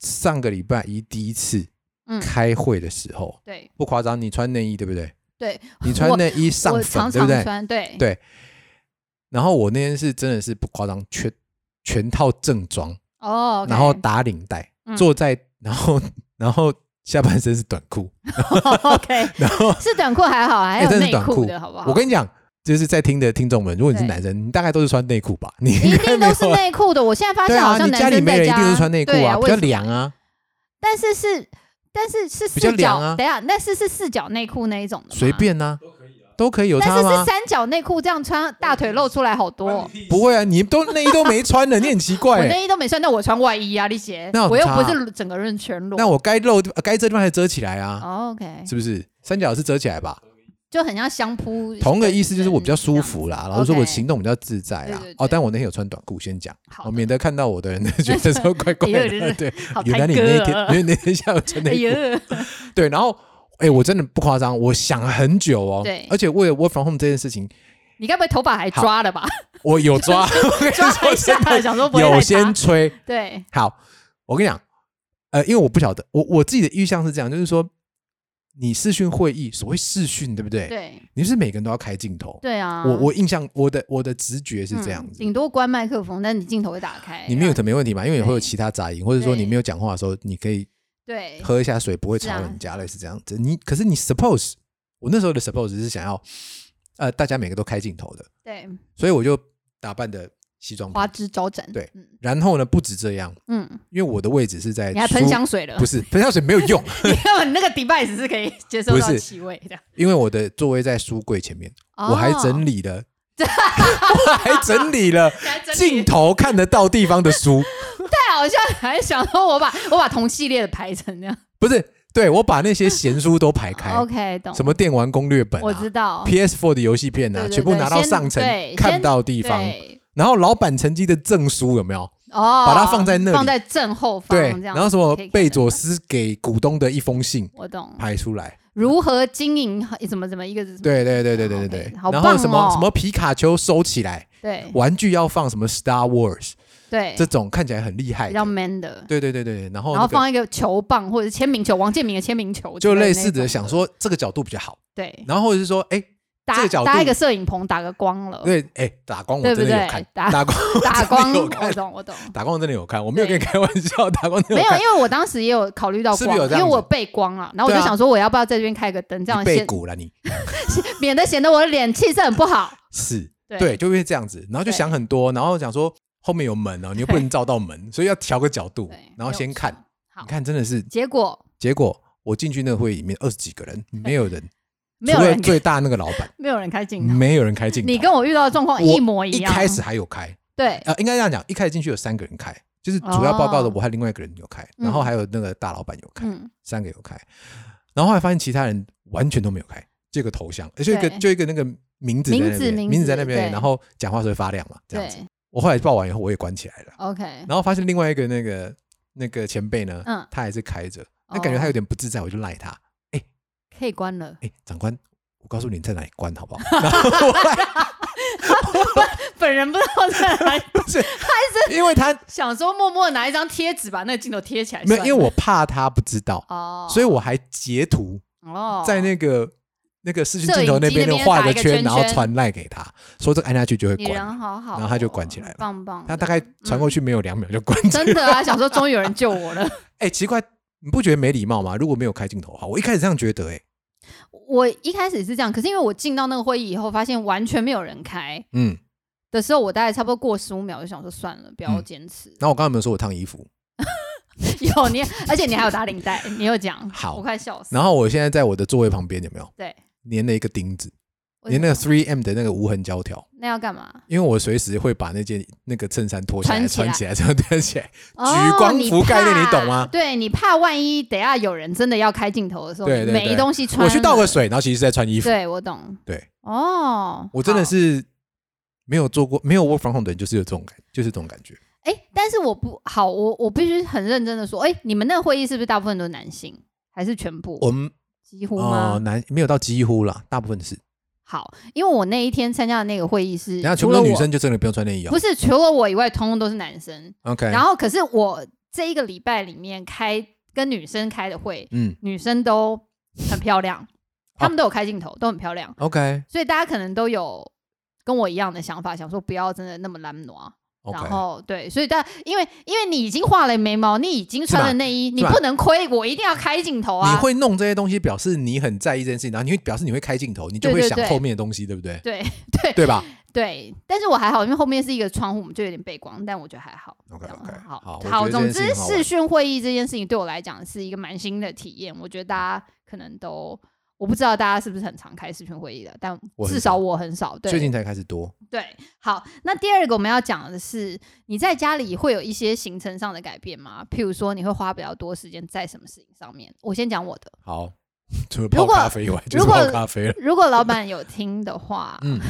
Speaker 1: 上个礼拜一第一次
Speaker 2: 嗯，
Speaker 1: 开会的时候，
Speaker 2: 对
Speaker 1: 不夸张，你穿内衣对不 对？
Speaker 2: 对，
Speaker 1: 你穿内衣上
Speaker 2: 我
Speaker 1: 粉
Speaker 2: 常
Speaker 1: 对
Speaker 2: 常
Speaker 1: 不对？
Speaker 2: 穿，对
Speaker 1: 对然后我那天是真的是不夸张，全全套正装
Speaker 2: 哦，OK，
Speaker 1: 然后打领带，
Speaker 2: 嗯
Speaker 1: 坐在然后 然后下半身是短裤，
Speaker 2: OK
Speaker 1: 然后
Speaker 2: 是短裤还好，啊还
Speaker 1: 哎
Speaker 2: 有
Speaker 1: 真的是
Speaker 2: 内
Speaker 1: 短裤
Speaker 2: 的好不好？
Speaker 1: 我跟你讲，就是在听的听众们，如果你是
Speaker 2: 对
Speaker 1: 男生，你大概都是穿内裤吧？你应
Speaker 2: 一
Speaker 1: 该
Speaker 2: 定
Speaker 1: 没
Speaker 2: 都是
Speaker 1: 有啊。
Speaker 2: 内裤的，我现在发
Speaker 1: 对
Speaker 2: 现好
Speaker 1: 啊，
Speaker 2: 像
Speaker 1: 你
Speaker 2: 男
Speaker 1: 家里
Speaker 2: 生
Speaker 1: 没
Speaker 2: 在啊
Speaker 1: 人一定
Speaker 2: 家
Speaker 1: 是穿内裤
Speaker 2: 对啊，
Speaker 1: 比较
Speaker 2: 为什么
Speaker 1: 凉啊。
Speaker 2: 但是是但是是
Speaker 1: 比较
Speaker 2: 四角，
Speaker 1: 凉啊
Speaker 2: 等一下，那是是四角内裤那一种的吗？
Speaker 1: 随。便呐、都可以啊有
Speaker 2: 但
Speaker 1: 差
Speaker 2: 是是
Speaker 1: 吗？
Speaker 2: 三角内裤这样穿，大腿露出来好多哦。
Speaker 1: 不会啊，你都内衣都没穿的，你很奇怪、
Speaker 2: 我
Speaker 1: 欸。
Speaker 2: 内衣都没穿，但我穿外衣啊，丽姐
Speaker 1: 那有，
Speaker 2: 我又
Speaker 1: 差
Speaker 2: 不
Speaker 1: 啊
Speaker 2: 是整个人全裸。
Speaker 1: 那我该露地呃该遮地方还遮起来啊，
Speaker 2: 哦 OK，
Speaker 1: 是不是？三角是遮起来吧？
Speaker 2: 就很像相扑。
Speaker 1: 同个意思就是我比较舒。服啦，然后说我
Speaker 2: OK
Speaker 1: 行动比较自在啦
Speaker 2: 对对对。
Speaker 1: 哦，但我那天有穿短裤，先讲，
Speaker 2: 好
Speaker 1: 我
Speaker 2: 的
Speaker 1: 免得看到我的人觉得说怪怪
Speaker 2: 哎呦真
Speaker 1: 的。
Speaker 2: 是
Speaker 1: 对，
Speaker 2: 好
Speaker 1: 原
Speaker 2: 台
Speaker 1: 来你
Speaker 2: 哥
Speaker 1: 那天，
Speaker 2: 啊
Speaker 1: 因为那天下午穿
Speaker 2: 哎
Speaker 1: 内裤。
Speaker 2: 呦，
Speaker 1: 对，然后哎，我真的不夸张，我想了很久哦。
Speaker 2: 对
Speaker 1: 而且为了 work from home 这件事情，
Speaker 2: 你该不会头发还抓了吧？
Speaker 1: 我有抓， 我跟你
Speaker 2: 抓
Speaker 1: 说
Speaker 2: 一下
Speaker 1: 真，的
Speaker 2: 想说不会
Speaker 1: 有
Speaker 2: 太
Speaker 1: 先
Speaker 2: 差
Speaker 1: 吹。
Speaker 2: 对，
Speaker 1: 好，我跟你讲，呃，因为我不晓得，我我自己的意向是这样，就是说，你视讯会议，所谓视讯，对不对？
Speaker 2: 对
Speaker 1: 你是每个人都要开镜头。
Speaker 2: 对啊，
Speaker 1: 我我印象我的我的直觉是这样
Speaker 2: 嗯
Speaker 1: 子，
Speaker 2: 顶多关麦克风，但你镜头会打开。
Speaker 1: 你 mute
Speaker 2: 让
Speaker 1: 没问题嘛？因为你会有
Speaker 2: 对
Speaker 1: 其他杂音，或者说
Speaker 2: 对
Speaker 1: 你没有讲话的时候，你可以
Speaker 2: 对
Speaker 1: 喝一下水，不会
Speaker 2: 是
Speaker 1: 吵
Speaker 2: 啊
Speaker 1: 人家，类似这样子。你可是你 suppose，我那时候的 suppose 是想要，呃，大家每个都开镜头的，
Speaker 2: 对，
Speaker 1: 所以我就打扮的西装笔
Speaker 2: 花枝招展。
Speaker 1: 对
Speaker 2: 嗯
Speaker 1: 然后呢，不止这样，
Speaker 2: 嗯，
Speaker 1: 因为我的位置是在
Speaker 2: 你还喷
Speaker 1: 书，
Speaker 2: 香水哦了
Speaker 1: 哎不？是喷香水没有用，
Speaker 2: 你看你那个 device 是可以接受
Speaker 1: 不
Speaker 2: 到
Speaker 1: 是
Speaker 2: 气味的。
Speaker 1: 因为我的座位在书柜前面，
Speaker 2: 哦
Speaker 1: 我还整理
Speaker 2: 理，
Speaker 1: 了，我还整理了
Speaker 2: 你还整理
Speaker 1: 镜头看得到地方的书。
Speaker 2: 太好笑了，还想说我把 我把同系列的排成这样。
Speaker 1: 不是，对我把那些闲书都排 开，
Speaker 2: OK，懂。哦
Speaker 1: 什么电玩攻略本
Speaker 2: 我知
Speaker 1: 啊
Speaker 2: 道。
Speaker 1: ，PS4 的游戏片啊，
Speaker 2: 对对
Speaker 1: 全部
Speaker 2: 对
Speaker 1: 拿到
Speaker 2: 先
Speaker 1: 上层
Speaker 2: 对
Speaker 1: 看
Speaker 2: 先
Speaker 1: 到地方，
Speaker 2: 对，
Speaker 1: 然后老板成绩的证书有没有？
Speaker 2: 哦，
Speaker 1: 把它放在那里
Speaker 2: 放在正后方，
Speaker 1: 对，
Speaker 2: 这样。
Speaker 1: 然后什么
Speaker 2: 可以看
Speaker 1: 贝
Speaker 2: 得到
Speaker 1: 佐斯给股东的一封信
Speaker 2: 我懂，
Speaker 1: 排出 来，
Speaker 2: 如何经营怎么怎么一个是什么
Speaker 1: 对对对对对对
Speaker 2: OK，
Speaker 1: 对，
Speaker 2: 好
Speaker 1: 然
Speaker 2: 棒
Speaker 1: 后什么
Speaker 2: 哦
Speaker 1: 什么皮卡丘收起来，
Speaker 2: 对
Speaker 1: 玩具要放什么 Star Wars
Speaker 2: 对，
Speaker 1: 这种看起来很厉害
Speaker 2: 比
Speaker 1: 的
Speaker 2: 较，man 的，
Speaker 1: 对对对对，对然后那
Speaker 2: 然后
Speaker 1: 个
Speaker 2: 放一个球棒或者是签名球，王建民的签名球之
Speaker 1: 就
Speaker 2: 类的那种，
Speaker 1: 类似的想说这个角度比较好，
Speaker 2: 对，
Speaker 1: 然后或者是说哎这
Speaker 2: 搭
Speaker 1: 个角
Speaker 2: 搭一
Speaker 1: 度
Speaker 2: 个摄影棚，打个光了，
Speaker 1: 对哎打光我
Speaker 2: 对
Speaker 1: 真
Speaker 2: 不
Speaker 1: 的有
Speaker 2: 对
Speaker 1: 看？
Speaker 2: 打
Speaker 1: 打光我
Speaker 2: 打
Speaker 1: 真的
Speaker 2: 光，
Speaker 1: 有
Speaker 2: 我
Speaker 1: 看
Speaker 2: 懂我懂。
Speaker 1: 打光真的有看，我没有
Speaker 2: 对
Speaker 1: 跟你开玩笑，打光真
Speaker 2: 没
Speaker 1: 的
Speaker 2: 有，因
Speaker 1: 看。
Speaker 2: 为我当时也有考虑到
Speaker 1: 是
Speaker 2: 光，
Speaker 1: 不是有这
Speaker 2: 因
Speaker 1: 样
Speaker 2: 为
Speaker 1: 子
Speaker 2: 我背光了，然后我
Speaker 1: 对
Speaker 2: 就
Speaker 1: 啊
Speaker 2: 想说，我要不要在这边开个灯，这样
Speaker 1: 你
Speaker 2: 显
Speaker 1: 背骨了你，
Speaker 2: 免得显得我的脸气色很不好。
Speaker 1: 是
Speaker 2: 对
Speaker 1: 对，就会这样子，然后就
Speaker 2: 对
Speaker 1: 想很多，然后想说后面有门哦，你 又不能照到门，所以要调个角度
Speaker 2: 对，，
Speaker 1: 然后
Speaker 2: 没有
Speaker 1: 先
Speaker 2: 错
Speaker 1: 看，。
Speaker 2: 好
Speaker 1: 你，看真的是，
Speaker 2: 结果
Speaker 1: 结果我进去那个会议里面二十几个人，没有人，
Speaker 2: 没
Speaker 1: 除
Speaker 2: 有
Speaker 1: 了
Speaker 2: 人
Speaker 1: 最大那个老板，
Speaker 2: 没有人开镜头，
Speaker 1: 没有人开镜头。
Speaker 2: 你跟我遇到的状况一模一
Speaker 1: 一
Speaker 2: 样。
Speaker 1: 开始还有开，
Speaker 2: 对
Speaker 1: 呃，应该这样讲，一开始进去有三个人开，就是主要报告的
Speaker 2: 哦
Speaker 1: 我和另外一个人有开，然后还有那个大老板有开，
Speaker 2: 嗯，
Speaker 1: 三个有开，然后后来发现其他人完全都没有开，就一个头像，就一个
Speaker 2: 对
Speaker 1: 就一个那个名字在那
Speaker 2: 名字
Speaker 1: 边，
Speaker 2: 名
Speaker 1: 名字在
Speaker 2: 字
Speaker 1: 那边，
Speaker 2: 对
Speaker 1: 然后讲话时候会发亮嘛，这样子。
Speaker 2: 对
Speaker 1: 我后来报完以后我也关起来了，
Speaker 2: ，OK，
Speaker 1: 然后发现另外一个那个那个前辈呢，
Speaker 2: 嗯哦
Speaker 1: 他还是开着，那感觉他有点不自在，我就赖他，
Speaker 2: 可以 关了，
Speaker 1: 哎，长官，我告诉你在哪里关好不好？
Speaker 2: 本人不知道在哪里，
Speaker 1: 不是， 因为他
Speaker 2: 想说默默拿一张贴纸把那个镜头贴起来。
Speaker 1: 没有，因为我怕他不知道，
Speaker 2: 哦，
Speaker 1: 所以我还截图
Speaker 2: 哦，
Speaker 1: 在那个那个视讯
Speaker 2: 摄
Speaker 1: 镜
Speaker 2: 影
Speaker 1: 头那
Speaker 2: 机
Speaker 1: 边
Speaker 2: 那
Speaker 1: 呢
Speaker 2: 边
Speaker 1: 画
Speaker 2: 打
Speaker 1: 个
Speaker 2: 一个
Speaker 1: 圈，
Speaker 2: 圈
Speaker 1: 然后
Speaker 2: 圈
Speaker 1: 传赖给他，说这个按下去就会
Speaker 2: 你
Speaker 1: 关。
Speaker 2: 人好好哦，
Speaker 1: 然后他就关起来了
Speaker 2: 棒棒的。
Speaker 1: 他大概传过去没有两秒就关机。
Speaker 2: 真的啊，想说终于有人救我了。
Speaker 1: 哎、奇怪，你不觉得没礼貌吗？如果没有开镜头的话，我一开始这样觉得、哎，
Speaker 2: 我一开始也是这样，可是因为我进到那个会议以后，发现完全没有人开
Speaker 1: 嗯。
Speaker 2: 的时候，我大概差不多过十五秒就想说算了，不要
Speaker 1: 嗯
Speaker 2: 坚持。
Speaker 1: 然后我刚刚有没有说我烫衣服？
Speaker 2: 有你，而且你还有打领带，你有讲，
Speaker 1: 好
Speaker 2: 我快笑死。
Speaker 1: 然后我现在在我的座位旁边有没有
Speaker 2: 对，
Speaker 1: 粘了一个钉子，
Speaker 2: 为
Speaker 1: 粘
Speaker 2: 什
Speaker 1: 那个
Speaker 2: 么
Speaker 1: Three M 的那个无痕胶条？
Speaker 2: 那要干嘛？
Speaker 1: 因为我随时会把那件那个衬衫脱下来、
Speaker 2: 穿起来
Speaker 1: 穿起来、这样穿起来。
Speaker 2: 哦
Speaker 1: 举光服概念
Speaker 2: 怕
Speaker 1: 你懂吗
Speaker 2: 对你怕万一等下有人真的要开镜头的时候，
Speaker 1: 对对对
Speaker 2: 没东西穿。
Speaker 1: 我去倒个，水，然后其实是在穿衣服。
Speaker 2: 对我懂。
Speaker 1: 对，
Speaker 2: 哦，
Speaker 1: 我真的
Speaker 2: 好。
Speaker 1: 是没有做过没有 work from home 的人，就是有这种感，就是这种感觉。
Speaker 2: 哎、但是我不好，我我必须很认真的说，哎、你们那个会议是不是大部分都是男性，还是全部？
Speaker 1: 我们
Speaker 2: 几乎吗？
Speaker 1: 哦，男没有到几乎啦，大部分是。
Speaker 2: 好，因为我那一天参加的那个会议是，
Speaker 1: 等一下全
Speaker 2: 除
Speaker 1: 部
Speaker 2: 了
Speaker 1: 都
Speaker 2: 我
Speaker 1: 女生就真的不用穿内衣哦
Speaker 2: 不。是除了我以外，通通都是男生。
Speaker 1: OK，
Speaker 2: 然后，可是我这一个礼拜里面开跟女生开的会，
Speaker 1: 嗯
Speaker 2: 女生都很漂亮，她们都有开镜头，都很漂亮。
Speaker 1: ，OK
Speaker 2: 所以大家可能都有跟我一样的想法，想说不要真的那么懒惰。啊然
Speaker 1: OK，
Speaker 2: 后对，所以但因为因为你已经画了眉毛，你已经穿
Speaker 1: 是吧
Speaker 2: 了内衣，你
Speaker 1: 是吧
Speaker 2: 不能亏，我一定要开镜头
Speaker 1: 你
Speaker 2: 啊！
Speaker 1: 会弄这些东西，表示你很在意这件事情，然后你会表示你会开镜头，你就
Speaker 2: 对
Speaker 1: 会
Speaker 2: 对
Speaker 1: 想
Speaker 2: 对
Speaker 1: 后面的东西，对不对？
Speaker 2: 对
Speaker 1: 对吧？
Speaker 2: 对，但是我还好，因为后面是一个窗户，我们就有点背光，但我觉得还好。
Speaker 1: OK，
Speaker 2: 这样
Speaker 1: OK，
Speaker 2: 好
Speaker 1: 好
Speaker 2: 好
Speaker 1: 我觉得这件
Speaker 2: 总
Speaker 1: 事
Speaker 2: 之
Speaker 1: 情好
Speaker 2: 视
Speaker 1: 玩
Speaker 2: 讯会议这件事情对我来讲是一个蛮新的体验，我觉得大家可能都。我不知道大家是不是很常开视讯会议的，但
Speaker 1: 我很
Speaker 2: 至少
Speaker 1: 少
Speaker 2: 我很少。对，
Speaker 1: 最近才开始多，
Speaker 2: 对，好，那第二个我们要讲的是，你在家里会有一些行程上的改变吗？譬如说，你会花比较多时间在什么事情上面？我先讲我的。
Speaker 1: 好， 除了
Speaker 2: 如
Speaker 1: 泡
Speaker 2: 果
Speaker 1: 咖啡以外，就
Speaker 2: 如
Speaker 1: 是
Speaker 2: 果
Speaker 1: 泡咖啡了。
Speaker 2: 如果老板有听的话，
Speaker 1: 嗯，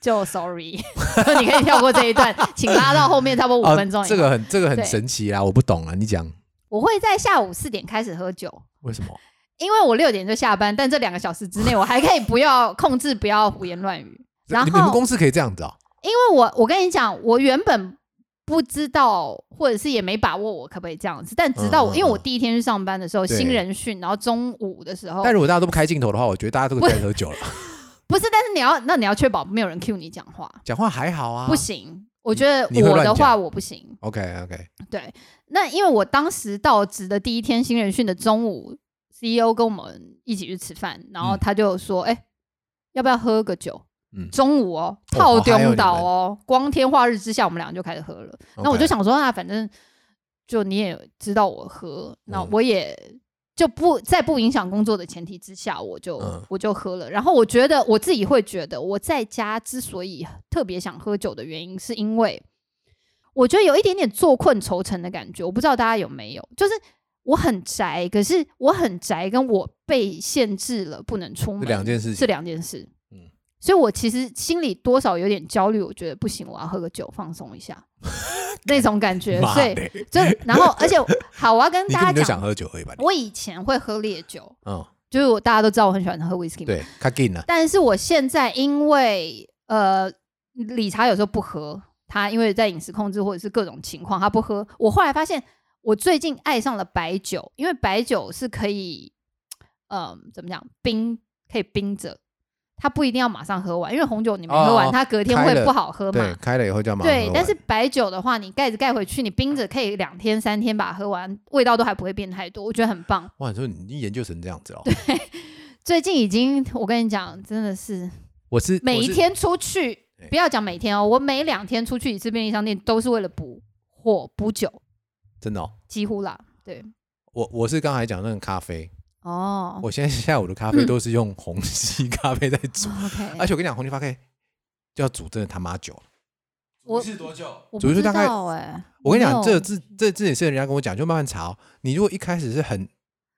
Speaker 2: 就 sorry，你 可以跳过这一段，请拉到后面差不多五分钟以
Speaker 1: 啊
Speaker 2: 后、
Speaker 1: 这个很这个很
Speaker 2: 对
Speaker 1: 神奇啊，我不懂啊，你讲
Speaker 2: 我会在下午四点开始喝酒，
Speaker 1: 为什么？
Speaker 2: 因为我六点就下班，但这两个小时之内，我还可以不要控制，不要胡言乱语。然
Speaker 1: 你们你们
Speaker 2: 后
Speaker 1: 公司可以这样子啊？
Speaker 2: 因为我我跟你讲，我原本不知道，或者是也没把握我可不可以这样子，但直到我、
Speaker 1: 嗯嗯
Speaker 2: 因为我第一天去上班的时候，
Speaker 1: 对
Speaker 2: 新人训，然后中午的时候，
Speaker 1: 但如果大家都不开镜头的话，我觉得大家都可以开始喝酒了。
Speaker 2: 不是，但是你要那你要确保没有人 cue 你讲话，
Speaker 1: 讲话还好啊，
Speaker 2: 不行。我觉得
Speaker 1: 你会
Speaker 2: 我
Speaker 1: 乱
Speaker 2: 的
Speaker 1: 讲
Speaker 2: 话我不行，
Speaker 1: OK OK，
Speaker 2: 对，那因为我当时到职的第一天新人训的中午，CEO 跟我们一起去吃饭，然后
Speaker 1: 嗯
Speaker 2: 他就说：“哎、要不要喝个酒？”
Speaker 1: 嗯
Speaker 2: 中午哦，
Speaker 1: 哦
Speaker 2: 套
Speaker 1: 好嗨哦
Speaker 2: 中
Speaker 1: 你
Speaker 2: 岛
Speaker 1: 们
Speaker 2: 哦，光天化日之下，我们俩就开始喝了。那我
Speaker 1: OK
Speaker 2: 就想说，啊，反正就你也知道我喝，那
Speaker 1: 嗯
Speaker 2: 我也就不在不影响工作的前提之下，我就、
Speaker 1: 嗯
Speaker 2: 我就喝了。然后我觉得我自己会觉得，我在家之所以特别想喝酒的原因，是因为我觉得有一点点坐困愁城的感觉。我不知道大家有没有，就是。我很宅，可是我很宅，跟我被限制了不能出门
Speaker 1: 这两件事
Speaker 2: 是
Speaker 1: 情，
Speaker 2: 两件事。
Speaker 1: 嗯
Speaker 2: 所以我其实心里多少有点焦虑，我觉得不行，我要喝个酒放松 一下，那种感觉。
Speaker 1: 妈
Speaker 2: 所以
Speaker 1: 的，
Speaker 2: 就然后，而且好，我要跟
Speaker 1: 你根
Speaker 2: 大
Speaker 1: 本
Speaker 2: 家
Speaker 1: 就想
Speaker 2: 讲，
Speaker 1: 喝酒而已吧？你
Speaker 2: 我以前会喝烈酒，
Speaker 1: 嗯，
Speaker 2: 就是我大家都知道我很喜欢喝 whisky，嘛
Speaker 1: 对，卡进了，
Speaker 2: 但是我现在因为呃，理查有时候不喝，他因为在饮食控制或者是各种情况，他不喝。我后来发现，我最近爱上了白酒，因为白酒是可以，嗯、怎么讲，冰可以冰着，它不一定要马上喝完，因为红酒你没喝完，
Speaker 1: 哦
Speaker 2: 它隔天
Speaker 1: 开
Speaker 2: 会
Speaker 1: 了
Speaker 2: 不好喝
Speaker 1: 对，
Speaker 2: 嘛。
Speaker 1: 开了以后就要马上喝
Speaker 2: 对
Speaker 1: 完，
Speaker 2: 但是白酒的话，你盖子盖回去，你冰着可以两天三天把它喝完，味道都还不会变太多，我觉得很棒。
Speaker 1: 哇，你说你研究成这样子哦？
Speaker 2: 最近已经，我跟你讲，真的是
Speaker 1: 我是
Speaker 2: 每
Speaker 1: 我
Speaker 2: 一
Speaker 1: 是
Speaker 2: 天出去
Speaker 1: 对，
Speaker 2: 不要讲每天哦，我每两天出去一次便利商店，都是为了补货补酒，
Speaker 1: 真的哦，
Speaker 2: 几乎啦。对，
Speaker 1: 我我是刚才讲那个咖啡，
Speaker 2: 哦
Speaker 1: 我现在下午的咖啡都是用虹吸咖啡在 煮，而
Speaker 2: 哦，OK，
Speaker 1: 且我跟你讲，虹吸咖啡就要煮真的他妈久了。
Speaker 2: 我
Speaker 1: 是多久？
Speaker 2: 我
Speaker 1: 主
Speaker 2: 不
Speaker 1: 要是
Speaker 2: 知
Speaker 1: 大概
Speaker 2: 道哎，
Speaker 1: 我跟你讲，
Speaker 2: 没
Speaker 1: 这
Speaker 2: 有
Speaker 1: 这这这也是人家跟我讲，就慢慢查、哦。你如果一开始是很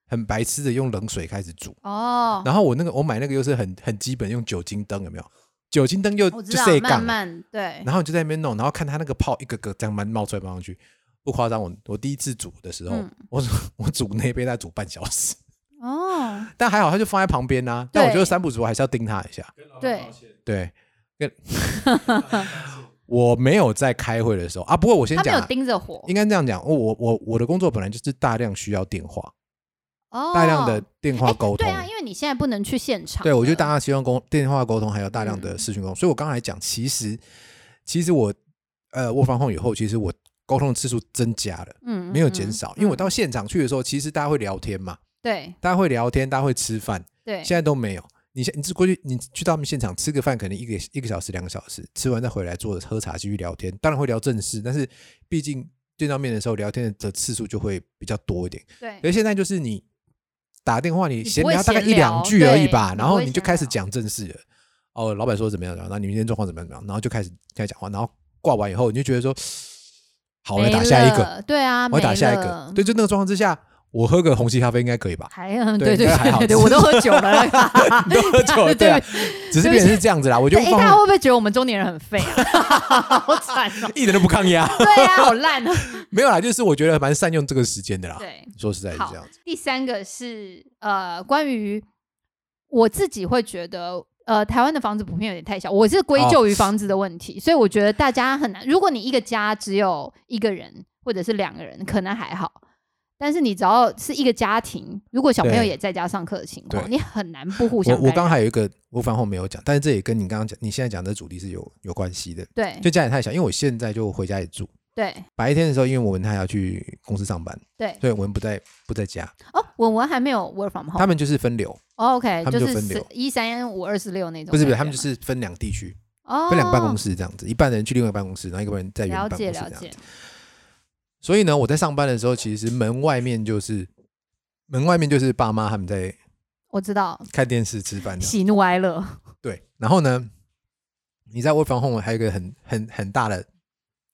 Speaker 1: 很白痴的用冷水开始煮，
Speaker 2: 哦，
Speaker 1: 然后我那个我买那个又是很很基本用酒精灯，有没有？酒精灯又
Speaker 2: 我知
Speaker 1: 就
Speaker 2: 道
Speaker 1: 塞，
Speaker 2: 慢
Speaker 1: 杠啊了，
Speaker 2: 慢对，
Speaker 1: 然后你就在那边弄，然后看它那个泡一个个这样慢冒出来冒上去。不夸张，我我第一次煮的时候，
Speaker 2: 嗯
Speaker 1: 我我煮 那一杯大概煮半小时，
Speaker 2: 哦，
Speaker 1: 但还好它就放在旁边呐、但我
Speaker 2: 对
Speaker 1: 觉得三不煮还是要盯它一下。
Speaker 2: 对，
Speaker 1: 对，跟 我没有在开会的时候啊，不过我先
Speaker 2: 他没
Speaker 1: 讲
Speaker 2: 有
Speaker 1: 啊、
Speaker 2: 盯着火，
Speaker 1: 应该这样讲，我我我我的工作本来就是大量需要电话，
Speaker 2: 哦，
Speaker 1: 大量的电话
Speaker 2: 哎
Speaker 1: 沟通。
Speaker 2: 对啊，因为你现在不能去现场了，
Speaker 1: 对我觉得大家希望沟电话沟通，还有大量的
Speaker 2: 嗯
Speaker 1: 视讯沟通。所以我刚才讲，其实其实我呃我放空以后，其实我沟通的次数增加了，
Speaker 2: 嗯
Speaker 1: 没有减少。因为我到
Speaker 2: 时
Speaker 1: 现场去的时候，其实大家会聊天嘛，
Speaker 2: 对
Speaker 1: 大家会聊天，大家会吃饭，
Speaker 2: 对
Speaker 1: 现在都没有。你现你只过去，你去到他们现场吃个饭，可能一个一个小时、两个小时，吃完再回来坐着喝茶继续聊天。当然会聊正事，但是毕竟见到面的时候，聊天的次数就会比较多一点。可
Speaker 2: 对，
Speaker 1: 是现在就是你打电话，你
Speaker 2: 你
Speaker 1: 闲
Speaker 2: 不会
Speaker 1: 聊大概
Speaker 2: 闲
Speaker 1: 一两
Speaker 2: 聊
Speaker 1: 句而已
Speaker 2: 对
Speaker 1: 吧，
Speaker 2: 你
Speaker 1: 然
Speaker 2: 不
Speaker 1: 后
Speaker 2: 会
Speaker 1: 你就
Speaker 2: 闲
Speaker 1: 开始
Speaker 2: 聊
Speaker 1: 讲正事了。哦，老板说怎么样？然后你明天状况怎么样？怎么样？然后就开始开始讲话，然后挂完以后，你就觉得说，好，我来
Speaker 2: 没
Speaker 1: 打下一个，
Speaker 2: 了，对啊，
Speaker 1: 我来打
Speaker 2: 没
Speaker 1: 下一
Speaker 2: 了
Speaker 1: 个。对，就那个状况之下，我喝个红旗咖啡应该 可以吧？
Speaker 2: 还嗯
Speaker 1: 对
Speaker 2: 对
Speaker 1: 应该还好
Speaker 2: 对对，我都喝酒 了，
Speaker 1: 喝酒 了对啊，只是变成是这样子啦。我觉
Speaker 2: 对，
Speaker 1: 得
Speaker 2: 哎，
Speaker 1: 放
Speaker 2: 大家
Speaker 1: 空
Speaker 2: 会不会觉得我们中年人很废 啊？好惨哦！
Speaker 1: 一点都不抗压，
Speaker 2: 对啊，好烂啊！
Speaker 1: 没有啦，就是我觉得蛮善用这个时间的啦。
Speaker 2: 对，
Speaker 1: 说实在是
Speaker 2: 好
Speaker 1: 这样子，
Speaker 2: 第三个是呃，关于我自己会觉得。呃，台湾的房子普遍有点太小，我是归咎于房子的问
Speaker 1: 哦
Speaker 2: 题，所以我觉得大家很难。如果你一个家只有一个人或者是两个人，可能还好，但是你只要是一个家庭，如果小朋友
Speaker 1: 对
Speaker 2: 也在家上课的情况，
Speaker 1: 对
Speaker 2: 你很难不互
Speaker 1: 我
Speaker 2: 相
Speaker 1: 我
Speaker 2: 干扰
Speaker 1: 刚还有一个我反后没有讲，但是这也跟你刚刚讲你现在讲的主题是有有关系的。
Speaker 2: 对
Speaker 1: 就家里太小，因为我现在就回家里住。
Speaker 2: 对
Speaker 1: 白天的时候，因为我们他要去公司上班，
Speaker 2: 对
Speaker 1: 所以我们不在不在家，
Speaker 2: 哦，文文还没有 work from home，
Speaker 1: 他们就是分流，
Speaker 2: 哦 OK，
Speaker 1: 他们就
Speaker 2: 就
Speaker 1: 是分流
Speaker 2: 一三五二四六那种感觉吗，
Speaker 1: 不是不是，他们就是分两地区，
Speaker 2: 哦，
Speaker 1: 分两个办公
Speaker 2: 室，
Speaker 1: 室这样子，一半人去另外一个办公室，然后一个人在原
Speaker 2: 了
Speaker 1: 办公
Speaker 2: 解
Speaker 1: 室这
Speaker 2: 了
Speaker 1: 样
Speaker 2: 解
Speaker 1: 子。，所以呢，我在上班的时候，其实门外面就是门外面就是爸妈他们在
Speaker 2: 我知道
Speaker 1: 看电视、吃饭这样。
Speaker 2: 喜怒哀乐，
Speaker 1: 对，然后呢，你在 work from home 还有一个很很很大的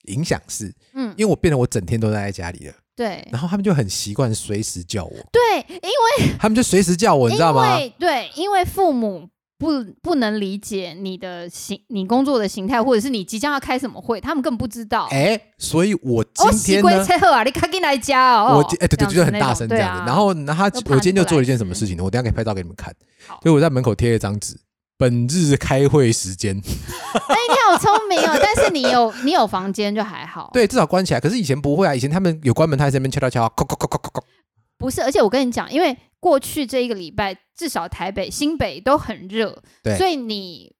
Speaker 1: 影响是，
Speaker 2: 嗯，
Speaker 1: 因为我变得我整天都待在家里了，
Speaker 2: 对
Speaker 1: 然后他们就很习惯随时叫我，
Speaker 2: 对，因
Speaker 1: 他们就随时叫我，你知道
Speaker 2: 为因
Speaker 1: 吗？
Speaker 2: 为对，因为父母。不不能理解你的形，你工作的形态，或者是你即将要开什么会，他们根本不知道。
Speaker 1: 哎、所以我今
Speaker 2: 哦，
Speaker 1: 天
Speaker 2: 西
Speaker 1: 呢
Speaker 2: 归，车赫啊，你赶紧来家哦！
Speaker 1: 我今哎、对对，
Speaker 2: 这样子
Speaker 1: 就是很
Speaker 2: 那
Speaker 1: 大
Speaker 2: 种
Speaker 1: 声这
Speaker 2: 对
Speaker 1: 样
Speaker 2: 啊
Speaker 1: 子。然后呢，他
Speaker 2: 都怕
Speaker 1: 我今天
Speaker 2: 你
Speaker 1: 就
Speaker 2: 不
Speaker 1: 做了一
Speaker 2: 来
Speaker 1: 件什么
Speaker 2: 吃
Speaker 1: 事情呢？我等一下可以拍照给你们看。
Speaker 2: 好
Speaker 1: 所以我在门口贴了一张纸，本日开会时间。
Speaker 2: 哎你好聪明哦，但是你有你有房间就还 好。，
Speaker 1: 对，至少关起来。可是以前不会啊，以前他们有关门，他还在那边敲敲敲，
Speaker 2: 嗯
Speaker 1: 敲敲敲敲敲。
Speaker 2: 不是，而且我跟你讲，因为过去这一个礼拜，至少台北、新北都很热，
Speaker 1: 对
Speaker 2: 所以你。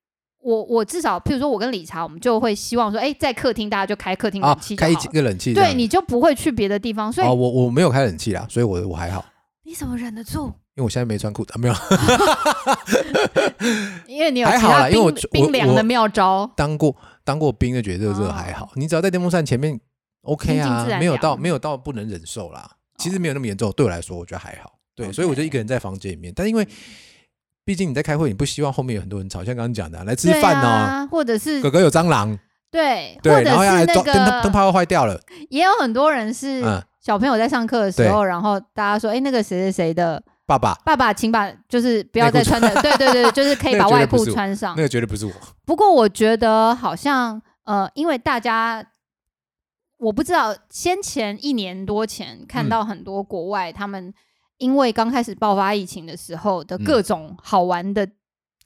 Speaker 2: 我我至少，譬如说，我跟理查，我们就会希望说，哎，在客厅大家就开客厅
Speaker 1: 啊
Speaker 2: 冷气，就
Speaker 1: 开
Speaker 2: 好
Speaker 1: 一
Speaker 2: 了，
Speaker 1: 个冷气这样。
Speaker 2: 对，你就不会去别的地方，所以
Speaker 1: 哦，我我没有开冷气啦，所以我我还好，
Speaker 2: 你怎么忍得住？
Speaker 1: 因为我现在没穿裤子啊，没有
Speaker 2: 因为你有
Speaker 1: 还
Speaker 2: 其
Speaker 1: 好啦
Speaker 2: 他
Speaker 1: 因为我
Speaker 2: 冰
Speaker 1: 我
Speaker 2: 冰凉的妙招，
Speaker 1: 当过当过兵的，觉得热热
Speaker 2: 哦
Speaker 1: 还好。你只要在电风扇前面，OK
Speaker 2: 亲近
Speaker 1: 啊
Speaker 2: 自，然
Speaker 1: 没有到
Speaker 2: 凉
Speaker 1: 没有到不能忍受啦。其实没有那么严重，对我来说我觉得还好。对，所以我就
Speaker 2: OK
Speaker 1: 一个人在房间里面，但因为毕竟你在开会，你不希望后面有很多人吵，像刚刚讲的啊，来吃
Speaker 2: 对
Speaker 1: 饭哦，
Speaker 2: 啊，或者是
Speaker 1: 哥哥有蟑螂，
Speaker 2: 对，
Speaker 1: 对，
Speaker 2: 或者
Speaker 1: 然后要来
Speaker 2: 是那
Speaker 1: 装灯灯灯
Speaker 2: 个
Speaker 1: 泡又坏掉了，
Speaker 2: 也有很多人是
Speaker 1: 嗯，
Speaker 2: 小朋友在上课的时候，然后大家说，哎，那个谁谁谁的
Speaker 1: 爸爸
Speaker 2: 爸爸，请把就是不要再穿的，对对对，就是可以把外裤穿上
Speaker 1: 那。个绝对不是我，
Speaker 2: 不过我觉得好像呃，因为大家我不知道，先前一年多前
Speaker 1: 嗯
Speaker 2: 看到很多国外、他们因为刚开始爆发疫情的时候的
Speaker 1: 嗯
Speaker 2: 各种好玩的，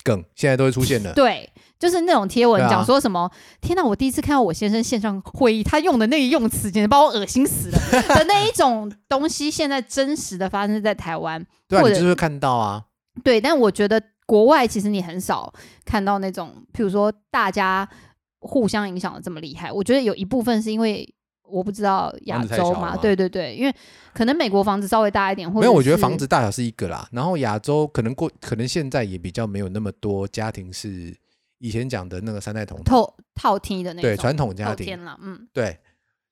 Speaker 1: 梗现在都会出现了。
Speaker 2: 对，就是那种贴文
Speaker 1: 对啊
Speaker 2: 讲说什么，天哪！我第一次看到我先生线上会议，他用的那个用词简直把我恶心死了 的那一种东西，现在真实的发生在台湾。
Speaker 1: 对啊，
Speaker 2: 或
Speaker 1: 你
Speaker 2: 者
Speaker 1: 就是会看到啊，
Speaker 2: 对，但我觉得国外其实你很少看到那种，譬如说大家互相影响的这么厉害。我觉得有一部分是因为我不知道亚
Speaker 1: 房子太
Speaker 2: 洲
Speaker 1: 小了
Speaker 2: 嘛，
Speaker 1: 吗
Speaker 2: 对对对，因为可能美国房子稍微大一点，或者
Speaker 1: 没有，我觉得房
Speaker 2: 是
Speaker 1: 子大小是一个啦。然后亚洲可能过，可能现在也比较没有那么多家庭是以前讲的那个三代同堂，
Speaker 2: 透套厅的那种
Speaker 1: 对传统家
Speaker 2: 透
Speaker 1: 庭
Speaker 2: 天，了，嗯，
Speaker 1: 对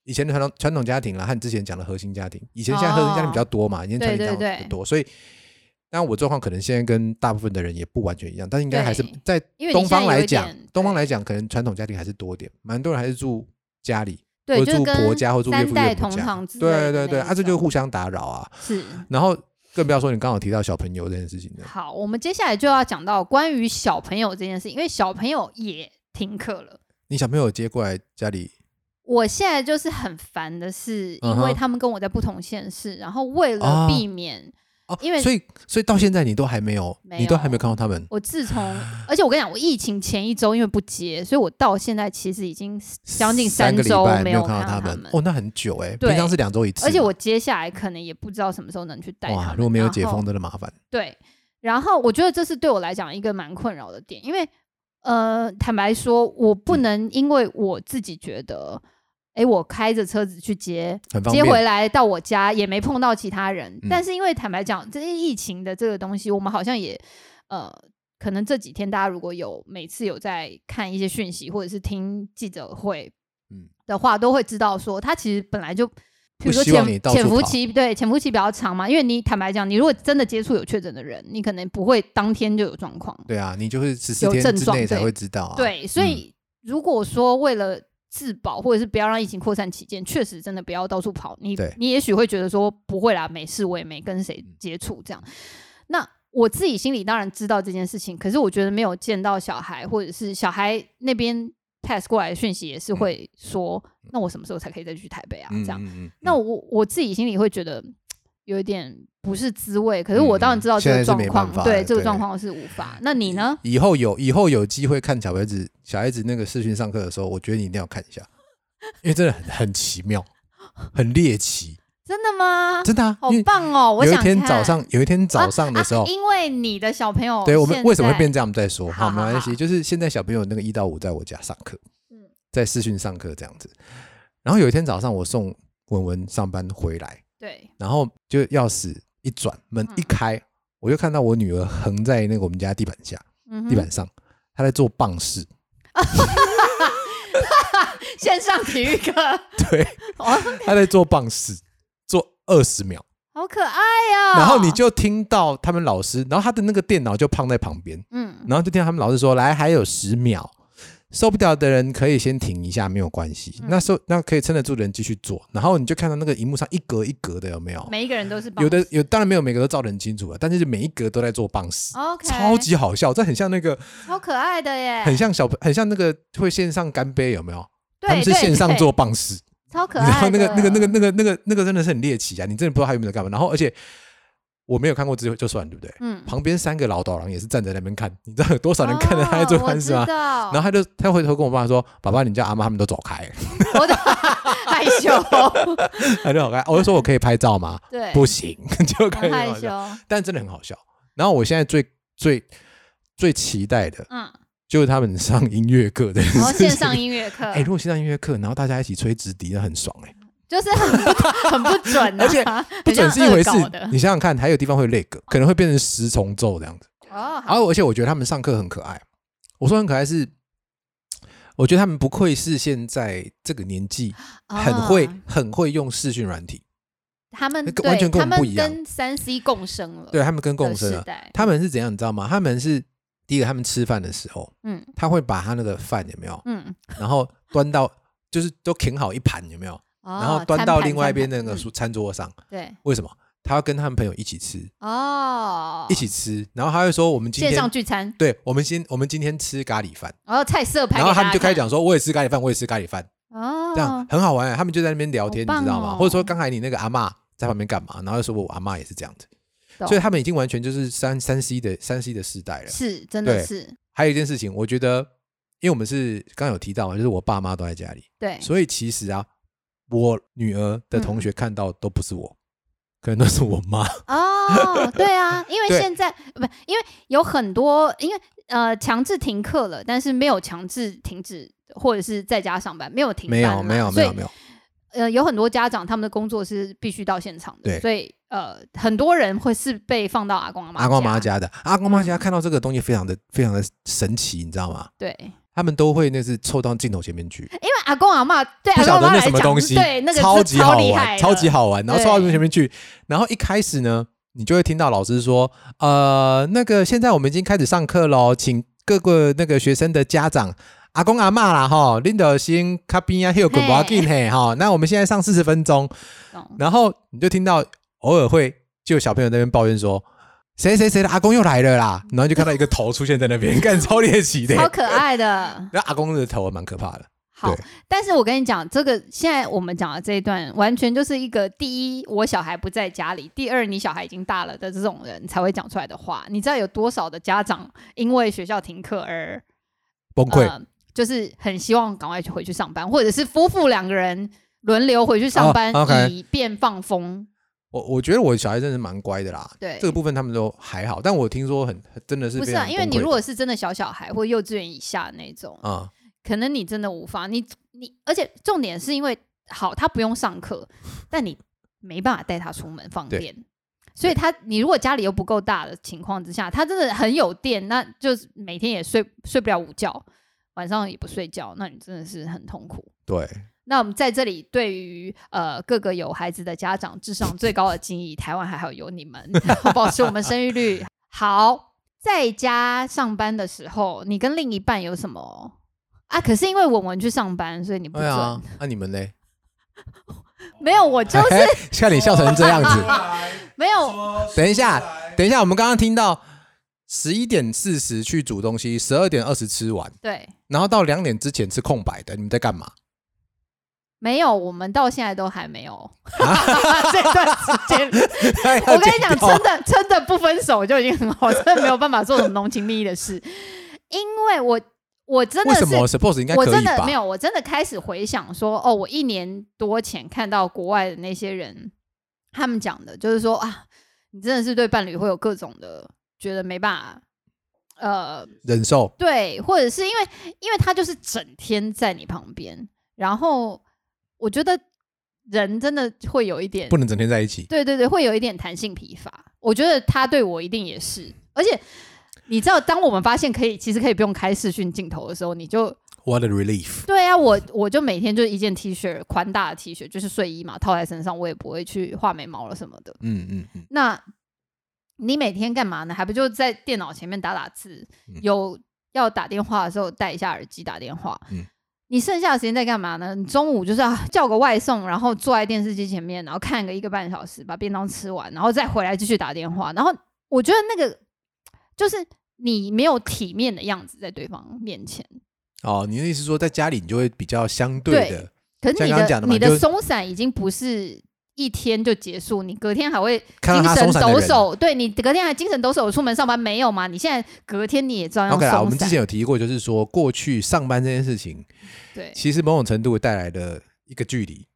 Speaker 1: 以前的传统传统家庭啦，和你之前讲的核心家庭，以前现在核心家庭比较多嘛，以前传统家
Speaker 2: 哦对对
Speaker 1: 庭
Speaker 2: 对
Speaker 1: 比较多，所以。当然，我状况可能现在跟大部分的人也不完全一样，但应该还是
Speaker 2: 对
Speaker 1: 在
Speaker 2: 因为你
Speaker 1: 东
Speaker 2: 现在
Speaker 1: 方
Speaker 2: 有
Speaker 1: 来
Speaker 2: 一
Speaker 1: 讲
Speaker 2: 点，
Speaker 1: 东方
Speaker 2: 对
Speaker 1: 来讲，可能传统家庭还是多一点，蛮多人还是住家里，
Speaker 2: 对，
Speaker 1: 或
Speaker 2: 就是
Speaker 1: 住
Speaker 2: 跟
Speaker 1: 婆家，或住岳
Speaker 2: 三
Speaker 1: 父
Speaker 2: 代
Speaker 1: 岳母
Speaker 2: 同
Speaker 1: 家
Speaker 2: 堂之，类
Speaker 1: 对
Speaker 2: 的
Speaker 1: 对对，
Speaker 2: 那
Speaker 1: 啊，这
Speaker 2: 一
Speaker 1: 就
Speaker 2: 种
Speaker 1: 互相打扰啊。
Speaker 2: 是。
Speaker 1: 然后更不要说你刚好提到小朋友这件事情了。
Speaker 2: 好，我们接下来就要讲到关于小朋友这件事，因为小朋友也停课了。
Speaker 1: 你小朋友接过来家里，
Speaker 2: 我现在就是很烦的是，
Speaker 1: 嗯
Speaker 2: 因
Speaker 1: 哼
Speaker 2: 为他们跟我在不同县市，然后为
Speaker 1: 啊
Speaker 2: 了避免，
Speaker 1: 哦，
Speaker 2: 因为
Speaker 1: 所以所以到现在你都还没有，
Speaker 2: 没有
Speaker 1: 你都还没有看到他们，
Speaker 2: 我自从，而且我跟你讲，我疫情前一周因为不接，所以我到现在其实已经将近
Speaker 1: 三个礼
Speaker 2: 周
Speaker 1: 拜
Speaker 2: 没
Speaker 1: 有
Speaker 2: 看
Speaker 1: 看到
Speaker 2: 他
Speaker 1: 们，哦，那很久哎，
Speaker 2: 对
Speaker 1: 平常是两周一次嘛，
Speaker 2: 而且我接下来可能也不知道什么时候能去带他
Speaker 1: 哇，
Speaker 2: 们。
Speaker 1: 如果没有
Speaker 2: 然
Speaker 1: 解
Speaker 2: 后
Speaker 1: 封，真的麻烦。
Speaker 2: 对，然后我觉得这是对我来讲一个蛮困扰的点，因为呃，坦白说，我不
Speaker 1: 嗯
Speaker 2: 能因为我自己觉得，哎、我开着车子去接，
Speaker 1: 很方
Speaker 2: 接
Speaker 1: 便
Speaker 2: 回来到我家也没碰到其他人，
Speaker 1: 嗯
Speaker 2: 但是因为坦白讲，这些疫情的这个东西，我们好像也呃。可能这几天大家如果有每次有在看一些讯息或者是听记者会，
Speaker 1: 嗯
Speaker 2: 嗯的话，都会知道说他其实本来就，比
Speaker 1: 不
Speaker 2: 如说
Speaker 1: 希望
Speaker 2: 潜
Speaker 1: 你到处
Speaker 2: 潜伏
Speaker 1: 跑
Speaker 2: 期，对潜伏期比较长嘛，因为你坦白讲，你如果真的接触有确诊的人，你可能不会当天就有状况。
Speaker 1: 对啊，你就是十四
Speaker 2: 有
Speaker 1: 天
Speaker 2: 症
Speaker 1: 之
Speaker 2: 状
Speaker 1: 内才
Speaker 2: 对
Speaker 1: 会知道啊。
Speaker 2: 对，所以如果说为了自保，或者是不要让疫情扩散起见，确实真的不要到处跑。你
Speaker 1: 对嗯
Speaker 2: 你也许会觉得说不会啦，没事，我也没跟谁接触这样。那我自己心里当然知道这件事情，可是我觉得没有见到小孩，或者是小孩那边 pass 过来的讯息，也是会说，那我什么时候才可以再去台北啊？
Speaker 1: 嗯，
Speaker 2: 这样。
Speaker 1: 嗯，嗯
Speaker 2: 那
Speaker 1: 嗯
Speaker 2: 我我自己心里会觉得。有一点不是滋味，可是我当然知道
Speaker 1: 嗯
Speaker 2: 这
Speaker 1: 现在
Speaker 2: 个
Speaker 1: 是
Speaker 2: 状
Speaker 1: 没
Speaker 2: 况
Speaker 1: 办，法
Speaker 2: 对
Speaker 1: 了
Speaker 2: 这个
Speaker 1: 对嗯
Speaker 2: 状况是无法。那你呢？
Speaker 1: 以后有以后有机会看小孩子小孩子那个视讯上课的时候，我觉得你一定要看一下，因为真的很很奇妙，很猎奇，
Speaker 2: 真的吗？
Speaker 1: 真的啊。
Speaker 2: 好
Speaker 1: 因为
Speaker 2: 棒哦！我
Speaker 1: 有
Speaker 2: 想
Speaker 1: 一天
Speaker 2: 看
Speaker 1: 早上，有一天早
Speaker 2: 啊
Speaker 1: 上的时候
Speaker 2: 啊，因为你的小朋友
Speaker 1: 对我们
Speaker 2: 哦现
Speaker 1: 为什么会
Speaker 2: 在
Speaker 1: 变这样，我们再说。好，
Speaker 2: 好
Speaker 1: 没
Speaker 2: 好
Speaker 1: 关
Speaker 2: 好
Speaker 1: 系，就是现在小朋友那个一到五在我家上课
Speaker 2: 嗯，
Speaker 1: 在视讯上课这样子。然后有一天早上，我送文文上班回来，
Speaker 2: 对
Speaker 1: 然后就钥匙一转，门
Speaker 2: 嗯
Speaker 1: 一开，我就看到我女儿横在那个我们家地板下、
Speaker 2: 嗯哼
Speaker 1: 地板上，她在做棒式，
Speaker 2: 啊？线上体育课，
Speaker 1: 对，
Speaker 2: 哦，
Speaker 1: 他在做棒式，做二十秒，
Speaker 2: 好可爱哦呀、
Speaker 1: 然后你就听到他们老师，然后他的那个电脑就放在旁边，
Speaker 2: 嗯，
Speaker 1: 然后就听到他们老师说：“来，还有十秒，受不了的人可以先停一下，没有关系。
Speaker 2: 嗯
Speaker 1: 那时候那可以撑得住的人继续做。然后你就看到那个荧幕上一格一格的，有没有？
Speaker 2: 每一个人都是棒
Speaker 1: 有的有，当然没有每个都照得很清楚了，啊但是每一格都在做棒式。
Speaker 2: 哦 OK，
Speaker 1: 超级好笑，这很像那个，
Speaker 2: 好可爱的耶，
Speaker 1: 很像小，很像那个会线上干杯，有没有？
Speaker 2: 对
Speaker 1: 他们是
Speaker 2: 对
Speaker 1: 线上
Speaker 2: 对
Speaker 1: 做棒式，
Speaker 2: 超可
Speaker 1: 然后
Speaker 2: 爱
Speaker 1: 那
Speaker 2: 的，
Speaker 1: 个那个那个那个那个那个真的是很猎奇啊！你真的不知道他有没有在干嘛。然后而且我没有看过就就算，对不对？
Speaker 2: 嗯，
Speaker 1: 旁边三个老导郎也是站在那边看，你知道有多少人看着他在做
Speaker 2: 哦
Speaker 1: 番事吗
Speaker 2: 我知？道
Speaker 1: 然后他就他回头跟我爸说：“爸爸，你叫阿妈他们都走开。
Speaker 2: 我的 害羞，”
Speaker 1: 他就走开，我就说：“我可以拍照吗？”
Speaker 2: 对，
Speaker 1: 不行，就开
Speaker 2: 很
Speaker 1: 始
Speaker 2: 害
Speaker 1: 搞
Speaker 2: 羞
Speaker 1: 笑，，但真的很好笑。然后我现在最最最期待的
Speaker 2: 嗯，
Speaker 1: 就是他们上音乐课的
Speaker 2: 然后哦线
Speaker 1: 事情。
Speaker 2: 上音乐课
Speaker 1: 哎、，如果线上音乐课，然后大家一起吹直笛，那很爽哎、
Speaker 2: 就是很不很不准、啊，
Speaker 1: 而且不
Speaker 2: 不
Speaker 1: 准是一回事
Speaker 2: 的，
Speaker 1: 你想想看，还有地方会累个，可能会变成十重奏这样子。
Speaker 2: 哦，
Speaker 1: 然
Speaker 2: 好，
Speaker 1: 后，而且我觉得他们上课很可爱。我说很可爱是，我觉得他们不愧是现在这个年纪，很会、
Speaker 2: 哦
Speaker 1: 很会用视讯软体，
Speaker 2: 他们
Speaker 1: 那个
Speaker 2: 对
Speaker 1: 完全跟我们不一样
Speaker 2: 他们跟三 C 共生了，
Speaker 1: 对他们跟共生
Speaker 2: 时
Speaker 1: 了。
Speaker 2: 代，
Speaker 1: 他们是怎样，你知道吗？他们是第一个，他们吃饭的时候，
Speaker 2: 嗯
Speaker 1: 他会把他那个饭有没有，
Speaker 2: 嗯，
Speaker 1: 然后端到就是都啃好一盘有没有，
Speaker 2: 然
Speaker 1: 然后端到另外一边那
Speaker 2: 嗯
Speaker 1: 个书哦餐桌上。
Speaker 2: 对
Speaker 1: 为什么？他要跟他们朋友一起吃，
Speaker 2: 哦，
Speaker 1: 一起吃，然后他会说我们今
Speaker 2: 线上
Speaker 1: 天。
Speaker 2: 聚餐，
Speaker 1: 对，我们今我们今天吃咖喱饭，
Speaker 2: 然后菜色排，
Speaker 1: 然后他们就开始，讲说，我也吃咖喱饭，我也吃咖喱饭，
Speaker 2: 哦，
Speaker 1: 这样很好玩、欸他们就在那边聊天，
Speaker 2: 好
Speaker 1: 你知道
Speaker 2: 棒
Speaker 1: 吗？
Speaker 2: 哦
Speaker 1: 或者说刚才你那个阿嬷在旁边干嘛？然后又说我阿嬷也是这样子，
Speaker 2: 懂
Speaker 1: 所以他们已经完全就是三三 C 的三 C 的世代了。
Speaker 2: 是真的
Speaker 1: 对
Speaker 2: 是
Speaker 1: 还有一件事情，我觉得，因为我们是刚刚有提到嘛，就是我爸妈都在家里，
Speaker 2: 对，嗯
Speaker 1: 所以其实啊，我女儿的同学看到都不是我，可能都是我 妈。
Speaker 2: 哦，对啊，因为
Speaker 1: 对
Speaker 2: 现在不，因为有很多，因为呃强制停课了，但是没有强制停止或者是在家上班，没有停
Speaker 1: 没
Speaker 2: 班
Speaker 1: 有，
Speaker 2: 嘛
Speaker 1: 没有，没
Speaker 2: 所以
Speaker 1: 有，没有。
Speaker 2: 呃有很多家长他们的工作是必须到现场的，
Speaker 1: 对
Speaker 2: 所以呃很多人会是被放到阿公阿妈
Speaker 1: 阿公阿妈
Speaker 2: 家，嗯
Speaker 1: 家的阿公阿妈家看到这个东西，非常的非常的神奇，你知道吗？
Speaker 2: 对，因
Speaker 1: 他们都会那是凑到镜头前面去，
Speaker 2: 为阿公阿妈对
Speaker 1: 不
Speaker 2: 阿公
Speaker 1: 晓
Speaker 2: 阿
Speaker 1: 得
Speaker 2: 妈
Speaker 1: 那
Speaker 2: 来
Speaker 1: 什么
Speaker 2: 讲
Speaker 1: 东西，
Speaker 2: 对那个
Speaker 1: 超
Speaker 2: 是
Speaker 1: 级好
Speaker 2: 厉害
Speaker 1: 玩，
Speaker 2: 的，
Speaker 1: 超级好玩。然后
Speaker 2: 对
Speaker 1: 超到前面去，然后一开始呢，你就会听到老师说，呃，那个现在我们已经开始上课喽，请各个那个学生的家长。阿公阿嬷啦哈，领导先卡边啊，还有滚不要紧嘿哈。那我们现在上四十分钟，
Speaker 2: 懂
Speaker 1: 然后你就听到偶尔会就有小朋友在那边抱怨说，谁谁谁的阿公又来了啦，然后就看到一个头出现在那 边，干超猎奇的。
Speaker 2: 超可爱的。
Speaker 1: 那阿公的头还蛮可怕的，
Speaker 2: 好
Speaker 1: 对，
Speaker 2: 但是我跟你讲，这个现在我们讲的这一段，完全就是一个第一，我小孩不在家里；第二，你小孩已经大了的这种人才会讲出来的话。你知道有多少的家长因为学校停课而
Speaker 1: 崩溃。
Speaker 2: 呃，就是很希望赶快去回去上班，或者是夫妇两个人轮流回去上班，
Speaker 1: 哦，OK
Speaker 2: 以便放风。
Speaker 1: 我我觉得我小孩真的是蛮乖的啦，
Speaker 2: 对
Speaker 1: 这个部分他们都还好，但我听说很很真的是
Speaker 2: 不是
Speaker 1: 非常
Speaker 2: 啊，因为
Speaker 1: 崩
Speaker 2: 你
Speaker 1: 溃
Speaker 2: 如果是真的小小孩或幼稚园以下那种，
Speaker 1: 啊、
Speaker 2: 可能你真的无法，你你，而且重点是因为好，他不用 上课，但你没办法带他出门放
Speaker 1: 对
Speaker 2: 电，所以他你如果家里又不够大的情况之下，他真的很有电，那就是每天也睡睡不了午觉，晚上也不睡觉，那你真的是很痛苦。
Speaker 1: 对
Speaker 2: 那我们在这里对于呃各个有孩子的家长致上最高的敬意，台湾还好有你们，保持我们生育率 好。在家上班的时候，你跟另一半有什么啊？可是因为文文去上班，所以你不
Speaker 1: 对
Speaker 2: 准。
Speaker 1: 啊，那、你们嘞？
Speaker 2: 没有，我就是
Speaker 1: 嘿看你笑成这样子，
Speaker 2: 没有。
Speaker 3: 说
Speaker 1: 等一下，等一下，我们刚刚听到十一点四十去煮东西，十二点二十吃完，
Speaker 2: 对，
Speaker 1: 然后到两点之前是空白的，你们在干 嘛？
Speaker 2: 没有，我们到现在都还 没有。这段时间， 我
Speaker 1: 我
Speaker 2: 跟你讲，真的真的不分手就已经很好，真的没有办法做什么浓情蜜意的事，因为我我真的
Speaker 1: 为
Speaker 2: 是
Speaker 1: 什么 suppose 应该
Speaker 2: 我
Speaker 1: 可
Speaker 2: 真
Speaker 1: 以
Speaker 2: 的
Speaker 1: 吧
Speaker 2: 没？有，我真的开始回想说，哦，我一年多前看到国外的那些人，他们讲的就是说啊，你真的是对伴侣会有各种的觉得没办法，呃，
Speaker 1: 忍受
Speaker 2: 对，或者是因为因为他就是整天在你旁边，然后我觉得人真的会有一点
Speaker 1: 不能整天在一起，
Speaker 2: 对对对，会有一点弹性疲乏。我觉得他对我一定也是，而且你知道，当我们发现可以其实可以不用开视讯镜头的时候，你就
Speaker 1: What a relief！
Speaker 2: 对啊，我我就每天就一件 T 恤，宽大的 T 恤就是睡衣嘛，套在身上，我也不会去画眉毛了什么的。
Speaker 1: 嗯嗯嗯，
Speaker 2: 那你每天干嘛呢？还不就在电脑前面打打字？
Speaker 1: 嗯
Speaker 2: 有要打电话的时候戴一下耳机打电话。
Speaker 1: 嗯
Speaker 2: 你剩下的时间在干嘛呢？你中午就是、啊、 叫个外送，然后坐在电视机前面，然后看个一个半小时，把便当吃完，然后再回来继续打电话。然后我觉得那个就是你没有体面的样子在对方面前。
Speaker 1: 哦，你的意思是说在家里你就会比较相对的，
Speaker 2: 可是
Speaker 1: 像
Speaker 2: 你
Speaker 1: 刚刚讲的嘛
Speaker 2: 你
Speaker 1: 就
Speaker 2: 的松散已经不是一天就结束，你隔天还会
Speaker 1: 看到
Speaker 2: 精
Speaker 1: 他
Speaker 2: 神
Speaker 1: 松散的
Speaker 2: 抖
Speaker 1: 人。
Speaker 2: 擞。对你隔天还精神抖擞出门上班没有吗？你现在隔天你也照样
Speaker 1: OK
Speaker 2: 松
Speaker 1: 啦，
Speaker 2: 散。
Speaker 1: 我们之前有提过，就是说过去上班这件事情，
Speaker 2: 对
Speaker 1: 其实某种程度带来的一个距离。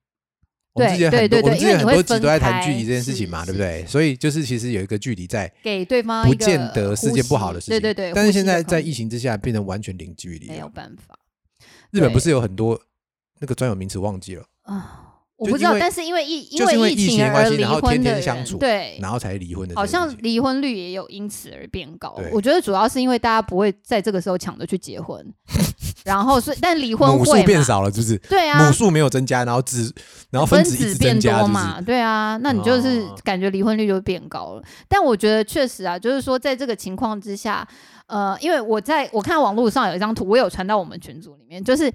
Speaker 1: 我
Speaker 2: 对
Speaker 1: 们之前很多，
Speaker 2: 对对对
Speaker 1: 我们之前很
Speaker 2: 因为
Speaker 1: 多
Speaker 2: 你会
Speaker 1: 集
Speaker 2: 分
Speaker 1: 都在谈
Speaker 2: 开
Speaker 1: 距离这件事情嘛，对
Speaker 2: 是
Speaker 1: 不对？所以就是其实有一个距离在，
Speaker 2: 给对方
Speaker 1: 不
Speaker 2: 一个
Speaker 1: 见得是件不好的事情。
Speaker 2: 呼吸对对对，
Speaker 1: 但是
Speaker 2: 呼吸
Speaker 1: 现
Speaker 2: 的
Speaker 1: 在
Speaker 2: 空
Speaker 1: 在
Speaker 2: 间
Speaker 1: 疫情之下，变成完全零距离
Speaker 2: 没有
Speaker 1: 了。
Speaker 2: 办法
Speaker 1: 日本
Speaker 2: 对
Speaker 1: 不是有很多那个专有名词忘记了，
Speaker 2: 啊，我
Speaker 1: 就
Speaker 2: 不知
Speaker 1: 因
Speaker 2: 道，
Speaker 1: 为
Speaker 2: 但是因为疫
Speaker 1: 就是因为
Speaker 2: 疫
Speaker 1: 疫情的关
Speaker 2: 而
Speaker 1: 系
Speaker 2: 离
Speaker 1: 然后
Speaker 2: 婚
Speaker 1: 天
Speaker 2: 的
Speaker 1: 天
Speaker 2: 人
Speaker 1: 相处
Speaker 2: 对。
Speaker 1: 然后才离婚的这
Speaker 2: 好
Speaker 1: 件事情。
Speaker 2: 像离婚率也有因此而变高
Speaker 1: 对，
Speaker 2: 我觉得主要是因为大家不会在这个时候抢着去结婚，然后所以但离婚
Speaker 1: 母数
Speaker 2: 会
Speaker 1: 变
Speaker 2: 嘛
Speaker 1: 少了，是不是？
Speaker 2: 对啊，
Speaker 1: 母数没有增加，然后子，然后哦分
Speaker 2: 分
Speaker 1: 子一直增
Speaker 2: 子变
Speaker 1: 加，
Speaker 2: 多
Speaker 1: 是不
Speaker 2: 嘛，
Speaker 1: 是？
Speaker 2: 对啊，那你就是
Speaker 1: 哦
Speaker 2: 感觉离婚率就变高了。但我觉得确实啊，就是说在这个情况之下，呃，因为我在我看网络上有一张图，我有传到我们群组里面，就是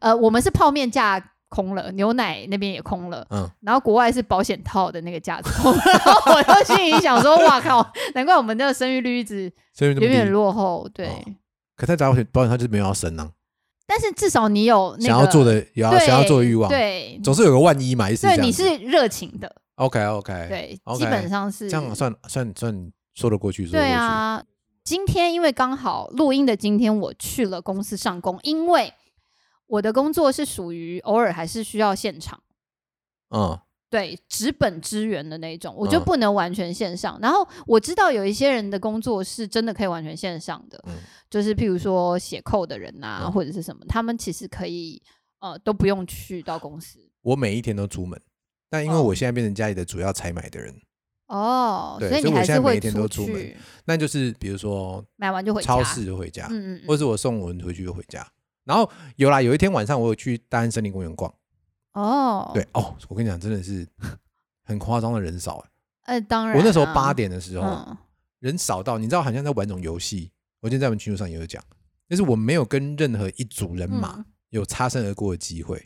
Speaker 2: 呃，我们是泡面架空了，牛奶那边也空了，
Speaker 1: 嗯，
Speaker 2: 然后国外是保险套的那个架子空了，然后我就心里想说，哇靠，难怪我们的生育率一直
Speaker 1: 所以那么
Speaker 2: 远远
Speaker 1: 低。
Speaker 2: 落后，对。
Speaker 1: 哦可他找保险保险，他就是没有要生啊，
Speaker 2: 但是至少你有那个
Speaker 1: 想要做的也要
Speaker 2: 对
Speaker 1: 想要做的欲望，
Speaker 2: 对，
Speaker 1: 总是有个万一嘛，意思
Speaker 2: 对，
Speaker 1: 这样
Speaker 2: 你
Speaker 1: 子
Speaker 2: 是热情的，
Speaker 1: OK OK，，
Speaker 2: 对
Speaker 1: OK，
Speaker 2: 基本上是
Speaker 1: 这样啊算算算说得过去，说得过
Speaker 2: 对
Speaker 1: 去。
Speaker 2: 啊，今天因为刚好录音的今天，我去了公司上工，因为我的工作是属于偶尔还是需要现场，
Speaker 1: 嗯，
Speaker 2: 对纸本支援的那一种，我就
Speaker 1: 嗯
Speaker 2: 不能完全线上。然后我知道有一些人的工作是真的可以完全线上的，
Speaker 1: 嗯
Speaker 2: 就是譬如说写扣的人啊，
Speaker 1: 嗯
Speaker 2: 或者是什么，他们其实可以呃都不用去到公司。
Speaker 1: 我每一天都出门，但因为
Speaker 2: 哦
Speaker 1: 我现在变成家里的主要采买的人，
Speaker 2: 哦，
Speaker 1: 对
Speaker 2: 所以
Speaker 1: 所以
Speaker 2: 你
Speaker 1: 我
Speaker 2: 还
Speaker 1: 现
Speaker 2: 是
Speaker 1: 在每
Speaker 2: 会
Speaker 1: 一天都出门
Speaker 2: 去
Speaker 1: 那就是比如说
Speaker 2: 买完就回家。
Speaker 1: 超市就回家，
Speaker 2: 嗯，嗯嗯，
Speaker 1: 或者是我送我们回去就回家。然后有啦，有一天晚上我有去大安森林公园逛，
Speaker 2: 哦，
Speaker 1: 对，哦，我跟你讲，真的 是很夸张的人少、欸。
Speaker 2: 呃，当然啊、
Speaker 1: 我那时候八点的时候，
Speaker 2: 嗯
Speaker 1: 人少到你知道，好像在玩一种游戏。我今天在我们群组上也有讲，但是我没有跟任何一组人马
Speaker 2: 嗯
Speaker 1: 有擦身而过的机会，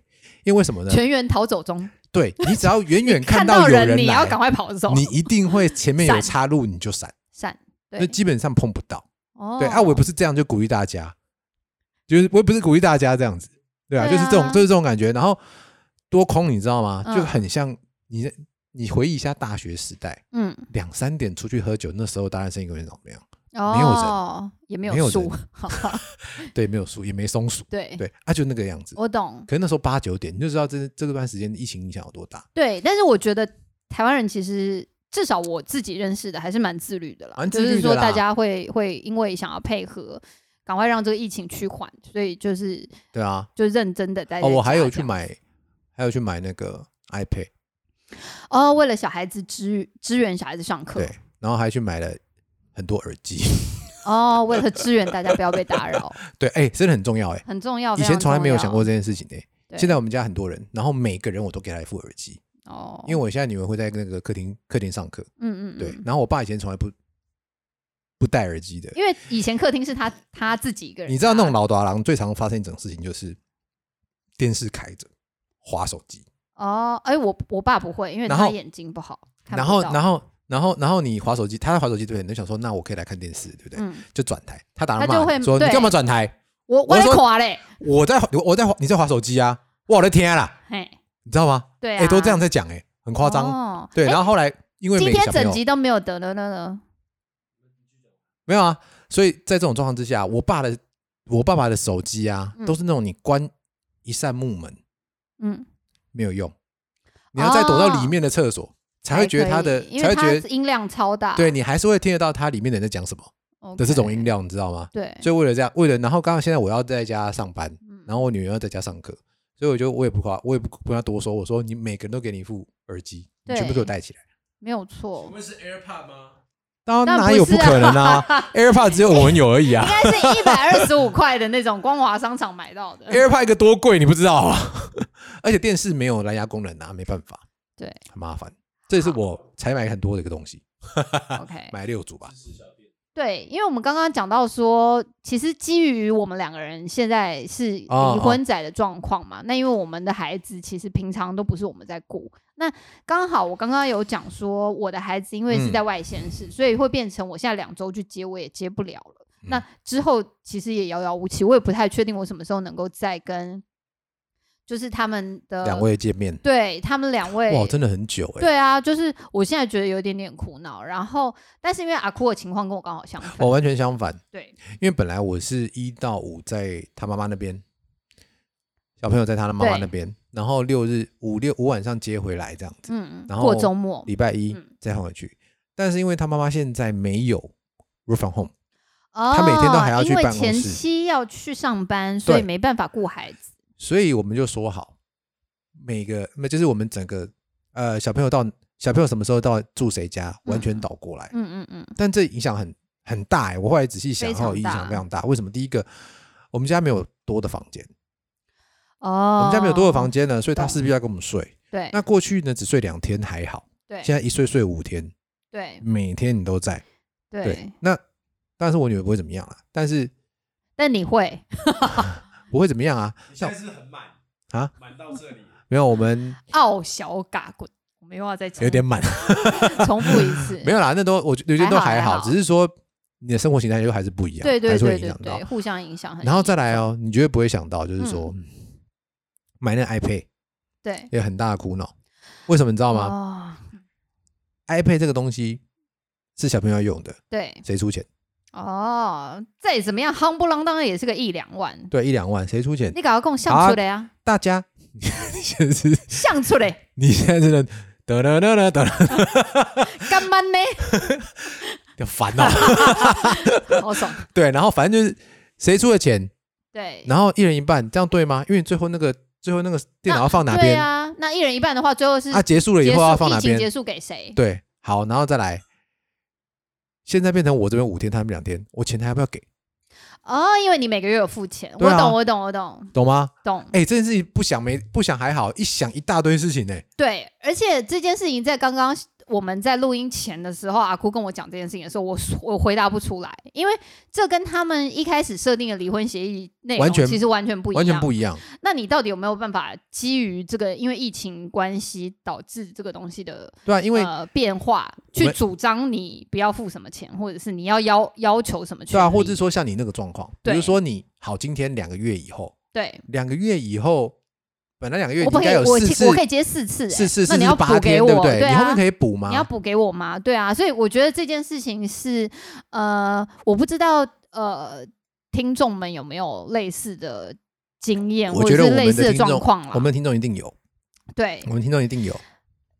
Speaker 1: 因为为什么呢？
Speaker 2: 全员逃走中，
Speaker 1: 对你只要远远
Speaker 2: 看
Speaker 1: 啊到有
Speaker 2: 人
Speaker 1: 人
Speaker 2: 你
Speaker 1: 来
Speaker 2: 要，赶快跑走，
Speaker 1: 你一定会前面有
Speaker 2: 闪
Speaker 1: 岔路你就闪，
Speaker 2: 闪
Speaker 1: 那
Speaker 2: 对
Speaker 1: 基本上碰不到。
Speaker 2: 哦
Speaker 1: 对啊，我也不是这样就鼓励大家，就是我也不是鼓励大家这样子，对啊，
Speaker 2: 对
Speaker 1: 就是这种
Speaker 2: 啊
Speaker 1: 就是这种感觉。然后多空你知道吗？
Speaker 2: 嗯
Speaker 1: 就很像你你回忆一下大学时代，
Speaker 2: 嗯
Speaker 1: 两三点出去喝酒，那时候大安森林公园怎么样？
Speaker 2: 哦，
Speaker 1: 没有人
Speaker 2: 也没
Speaker 1: 没有
Speaker 2: 有
Speaker 1: 人
Speaker 2: 树，好吧
Speaker 1: 对，没有树，也没松鼠，
Speaker 2: 对，
Speaker 1: 对，啊，就那个样子。
Speaker 2: 哎我懂
Speaker 1: 可是那时候八九点，你就知道这这段时间疫情影响有多大。
Speaker 2: 对，但是我觉得台湾人其实。至少我自己认识的还是蛮自律的啦，
Speaker 1: 蛮自
Speaker 2: 就
Speaker 1: 律的
Speaker 2: 是说
Speaker 1: 啦
Speaker 2: 大家会会因为想要配合，赶快让这个疫情趋缓，所以就是
Speaker 1: 对啊，
Speaker 2: 就认真的待
Speaker 1: 哦，
Speaker 2: 在家这样。
Speaker 1: 我还有去买，还有去买那个 iPad，
Speaker 2: 哦，为了小孩子支支援小孩子上课，
Speaker 1: 对，然后还去买了很多耳机，
Speaker 2: 哦，为了支援大家不要被打扰，
Speaker 1: 对，哎、真的很重要哎、
Speaker 2: 很哦重要。
Speaker 1: 以前从来没有想过
Speaker 2: 这，
Speaker 1: 这件事情哎、
Speaker 2: 对
Speaker 1: 现在我们家很多人，然后每个人我都给他一副耳机，
Speaker 2: 哦，
Speaker 1: 因为我现在女儿会在那个客厅客厅上课，
Speaker 2: 嗯嗯嗯，
Speaker 1: 对，然后我爸以前从来不不戴耳机的，
Speaker 2: 因为以前客厅是他他自己一个人，
Speaker 1: 你知道那种老大郎最常发生一种事情就是电视开着划手机，
Speaker 2: 哦，哎、我我爸不会，因为
Speaker 1: 然后
Speaker 2: 他眼睛不好，看
Speaker 1: 然后
Speaker 2: 不到
Speaker 1: 然后然后然后你划手机，他在划手机对不对？你就想说那我可以来看电视对不对？
Speaker 2: 嗯，
Speaker 1: 就转台，他打
Speaker 2: 他
Speaker 1: 算
Speaker 2: 就
Speaker 1: 骂
Speaker 2: 会
Speaker 1: 你说你
Speaker 2: 对
Speaker 1: 干嘛转台？
Speaker 2: 我
Speaker 1: 我
Speaker 2: 我在
Speaker 1: 说
Speaker 2: 垮嘞，
Speaker 1: 我在我在划你在划手机啊，哇我的天啊啦，
Speaker 2: 嘿，
Speaker 1: 你知道吗？
Speaker 2: 对
Speaker 1: 哎、
Speaker 2: 啊，
Speaker 1: 都这样在讲哎、很夸张。
Speaker 2: 哦
Speaker 1: 对，
Speaker 2: 哎
Speaker 1: 然后后来因为
Speaker 2: 今
Speaker 1: 每个
Speaker 2: 天
Speaker 1: 小朋
Speaker 2: 整
Speaker 1: 友
Speaker 2: 集都没有得了呢呢，
Speaker 1: 没有啊，所以在这种状况之下，我爸的我爸爸的手机啊，
Speaker 2: 嗯
Speaker 1: 都是那种你关一扇木门
Speaker 2: 嗯，
Speaker 1: 没有用，你要再躲到里面的厕所、才会觉得
Speaker 2: 还
Speaker 1: 他
Speaker 2: 可
Speaker 1: 的
Speaker 2: 以因
Speaker 1: 才会
Speaker 2: 为他啊
Speaker 1: 觉得
Speaker 2: 音量超大，
Speaker 1: 对你还是会听得到他里面的人在讲什么
Speaker 2: OK，
Speaker 1: 的这种音量，你知道吗？
Speaker 2: 哦对，
Speaker 1: 所以为了这样，为了然后刚刚现在我要在家上班，
Speaker 2: 嗯
Speaker 1: 然后我女儿要在家上课，所以我就我也不夸，我也不不跟她多说，我说你每个人都给你一副耳机，你
Speaker 2: 对
Speaker 1: 全部给我戴起来。
Speaker 2: 没有错，
Speaker 1: 是 AirPod 吗？当然
Speaker 2: 那
Speaker 1: 哪
Speaker 2: 不
Speaker 1: 有
Speaker 2: 是
Speaker 1: 不可能啊 ？AirPod 只有我们有而已啊
Speaker 2: 应 该是一百二十五块的那种光华商场买到的。
Speaker 1: ，AirPod 一个多贵你不知道啊？ 而且电视没有蓝牙功能啊，没办法，
Speaker 2: 对
Speaker 1: 很麻烦。这也是我才买很多的一个东西，
Speaker 2: ，OK，
Speaker 1: 买六组吧。
Speaker 2: 对，因为我们刚刚讲到说，其实基于我们两个人现在是
Speaker 1: 哦
Speaker 2: 离婚仔的状况嘛，那因为我们的孩子其实平常都不是我们在顾。那刚好我刚刚有讲说，我的孩子因为是
Speaker 1: 嗯
Speaker 2: 在外县市，所以会变成我现在两周去接我也接不了了。
Speaker 1: 嗯
Speaker 2: 那之后其实也遥遥无期，我也不太确定我什么时候能够再跟，就是他们的
Speaker 1: 两位见面，
Speaker 2: 呃对他们两位
Speaker 1: 哇，真的很久哎、
Speaker 2: 对啊，就是我现在觉得有一点点苦恼。然后，但是因为阿哭的情况跟我刚好相反，
Speaker 1: 我完全相反，
Speaker 2: 对，
Speaker 1: 因为本来我是一到五在他妈妈那边，小朋友在他的妈妈
Speaker 2: 对
Speaker 1: 那边，然后六日五六五晚上接回来这样子，
Speaker 2: 嗯，
Speaker 1: 然
Speaker 2: 过
Speaker 1: 后
Speaker 2: 周末
Speaker 1: 礼拜一
Speaker 2: 嗯
Speaker 1: 再放回去。但是因为他妈妈现在没有 work from home，
Speaker 2: 哦，
Speaker 1: 他每天都还要去
Speaker 2: 因为
Speaker 1: 办公
Speaker 2: 前
Speaker 1: 室
Speaker 2: 期要去上班，所以
Speaker 1: 对
Speaker 2: 没办法顾孩子。
Speaker 1: 所以我们就说好，每个那就是我们整个呃小朋友到小朋友什么时候到住谁家，完全倒过来。
Speaker 2: 嗯嗯嗯，
Speaker 1: 但这影响很很大哎、我后来仔细想，
Speaker 2: 非
Speaker 1: 然后
Speaker 2: 常
Speaker 1: 影响
Speaker 2: 大
Speaker 1: 非常大。为什么？第一个，我们家没有多的房间，
Speaker 2: 哦，
Speaker 1: 我们家没有多的房
Speaker 2: 间，
Speaker 1: 间呢，所以他
Speaker 2: 懂
Speaker 1: 势必要跟我们睡。
Speaker 2: 对
Speaker 1: 那过去呢，只睡两天还好，
Speaker 2: 对
Speaker 1: 现在一睡睡五天，
Speaker 2: 对
Speaker 1: 每天你都在。
Speaker 2: 对，，
Speaker 1: 那但是我女儿不会怎么样啊，但是
Speaker 2: 但你会
Speaker 1: 不会怎么样啊。
Speaker 3: 你
Speaker 1: 像
Speaker 3: 现在是很满
Speaker 1: 啊，
Speaker 3: 满到这里，
Speaker 1: 没有我们
Speaker 2: 傲小嘎滚，我们又要再重
Speaker 1: 有点满，
Speaker 2: 重复一 次，
Speaker 1: 没有啦，那都我觉得有些都还
Speaker 2: 还好还
Speaker 1: 好，
Speaker 2: 好
Speaker 1: 只是说你的生活形态就还是不一样，
Speaker 2: 对对
Speaker 1: 还是会
Speaker 2: 对
Speaker 1: 影
Speaker 2: 对
Speaker 1: 响到
Speaker 2: 对，。互相影响很严重。嗯
Speaker 1: 然后再来哦，你绝对不会想到，就是说买那个 iPad
Speaker 2: 对，哦
Speaker 1: 也很大的苦恼。为什么你知道吗
Speaker 2: 吗？
Speaker 1: ？iPad 这个东西是小朋友用的，
Speaker 2: 对
Speaker 1: 谁出钱？
Speaker 2: 哦，再怎么样，夯不啷当的也是个一两万。
Speaker 1: 对，一两万，谁出钱？
Speaker 2: 你搞到跟我像出来啊，
Speaker 1: 大家， 你现在是，
Speaker 2: 像出来，
Speaker 1: 你现在真的得了得了得了，
Speaker 2: 干嘛呢？
Speaker 1: 就烦恼。
Speaker 2: 好哦爽，
Speaker 1: 对，然后反正就是谁出的钱，
Speaker 2: 对，
Speaker 1: 然后一人一半，这样对吗？因为最后那个最后那个电脑要放哪
Speaker 2: 对
Speaker 1: 边啊
Speaker 2: 啊，那一人一半的话，最后是
Speaker 1: 结束了以
Speaker 2: 结束
Speaker 1: 后要放哪
Speaker 2: 疫情结
Speaker 1: 边？
Speaker 2: 束给谁？
Speaker 1: 对，好，然后再来。现在变成我这边五天，他们两天，我钱还要不要给？
Speaker 2: 哦，因为你每个月有付钱，
Speaker 1: 对
Speaker 2: 我
Speaker 1: 啊
Speaker 2: 懂，我懂，我懂，
Speaker 1: 懂吗？
Speaker 2: 懂。
Speaker 1: 哎、这件事情不想没不想还好，一想一大堆事情呢、
Speaker 2: 对，而且这件事情在刚刚我们在录音前的时候，阿哭跟我讲这件事情的时候，我我回答不出来，因为这跟他们一开始设定的离婚协议内容
Speaker 1: 完全
Speaker 2: 其实完全不一样，
Speaker 1: 完全不一样。
Speaker 2: 那你到底有没有办法基于这个因为疫情关系导致这个东西的
Speaker 1: 对啊，因为、
Speaker 2: 呃变化，
Speaker 1: 我
Speaker 2: 去
Speaker 1: 们
Speaker 2: 主张你不要付什么钱，或者是你要要要求什么权利？
Speaker 1: 对啊，或者说像你那个状况，比
Speaker 2: 对
Speaker 1: 如说你好，今天两个月以后，
Speaker 2: 对，
Speaker 1: 两个月以后，本来两个月你
Speaker 2: 我不
Speaker 1: 应
Speaker 2: 可
Speaker 1: 该
Speaker 2: 以，
Speaker 1: 有
Speaker 2: 我
Speaker 1: 四
Speaker 2: 其
Speaker 1: 次，
Speaker 2: 我可以接四次、欸，
Speaker 1: 四次
Speaker 2: 那
Speaker 1: 四
Speaker 2: 你
Speaker 1: 次
Speaker 2: 要
Speaker 1: 八
Speaker 2: 补给
Speaker 1: 天，
Speaker 2: 我，
Speaker 1: 对不对？你后面
Speaker 2: 啊
Speaker 1: 可。以补吗？
Speaker 2: 你要补给我吗？对啊，所以我觉得这件事情是，呃，我不知道，呃，听众们有没有类似的经验，
Speaker 1: 我
Speaker 2: 或
Speaker 1: 觉
Speaker 2: 者
Speaker 1: 得我
Speaker 2: 是
Speaker 1: 们
Speaker 2: 类似
Speaker 1: 的
Speaker 2: 的
Speaker 1: 听众
Speaker 2: 状况啦。
Speaker 1: 我们的听众一定有，
Speaker 2: 对
Speaker 1: 我，们听众一定有。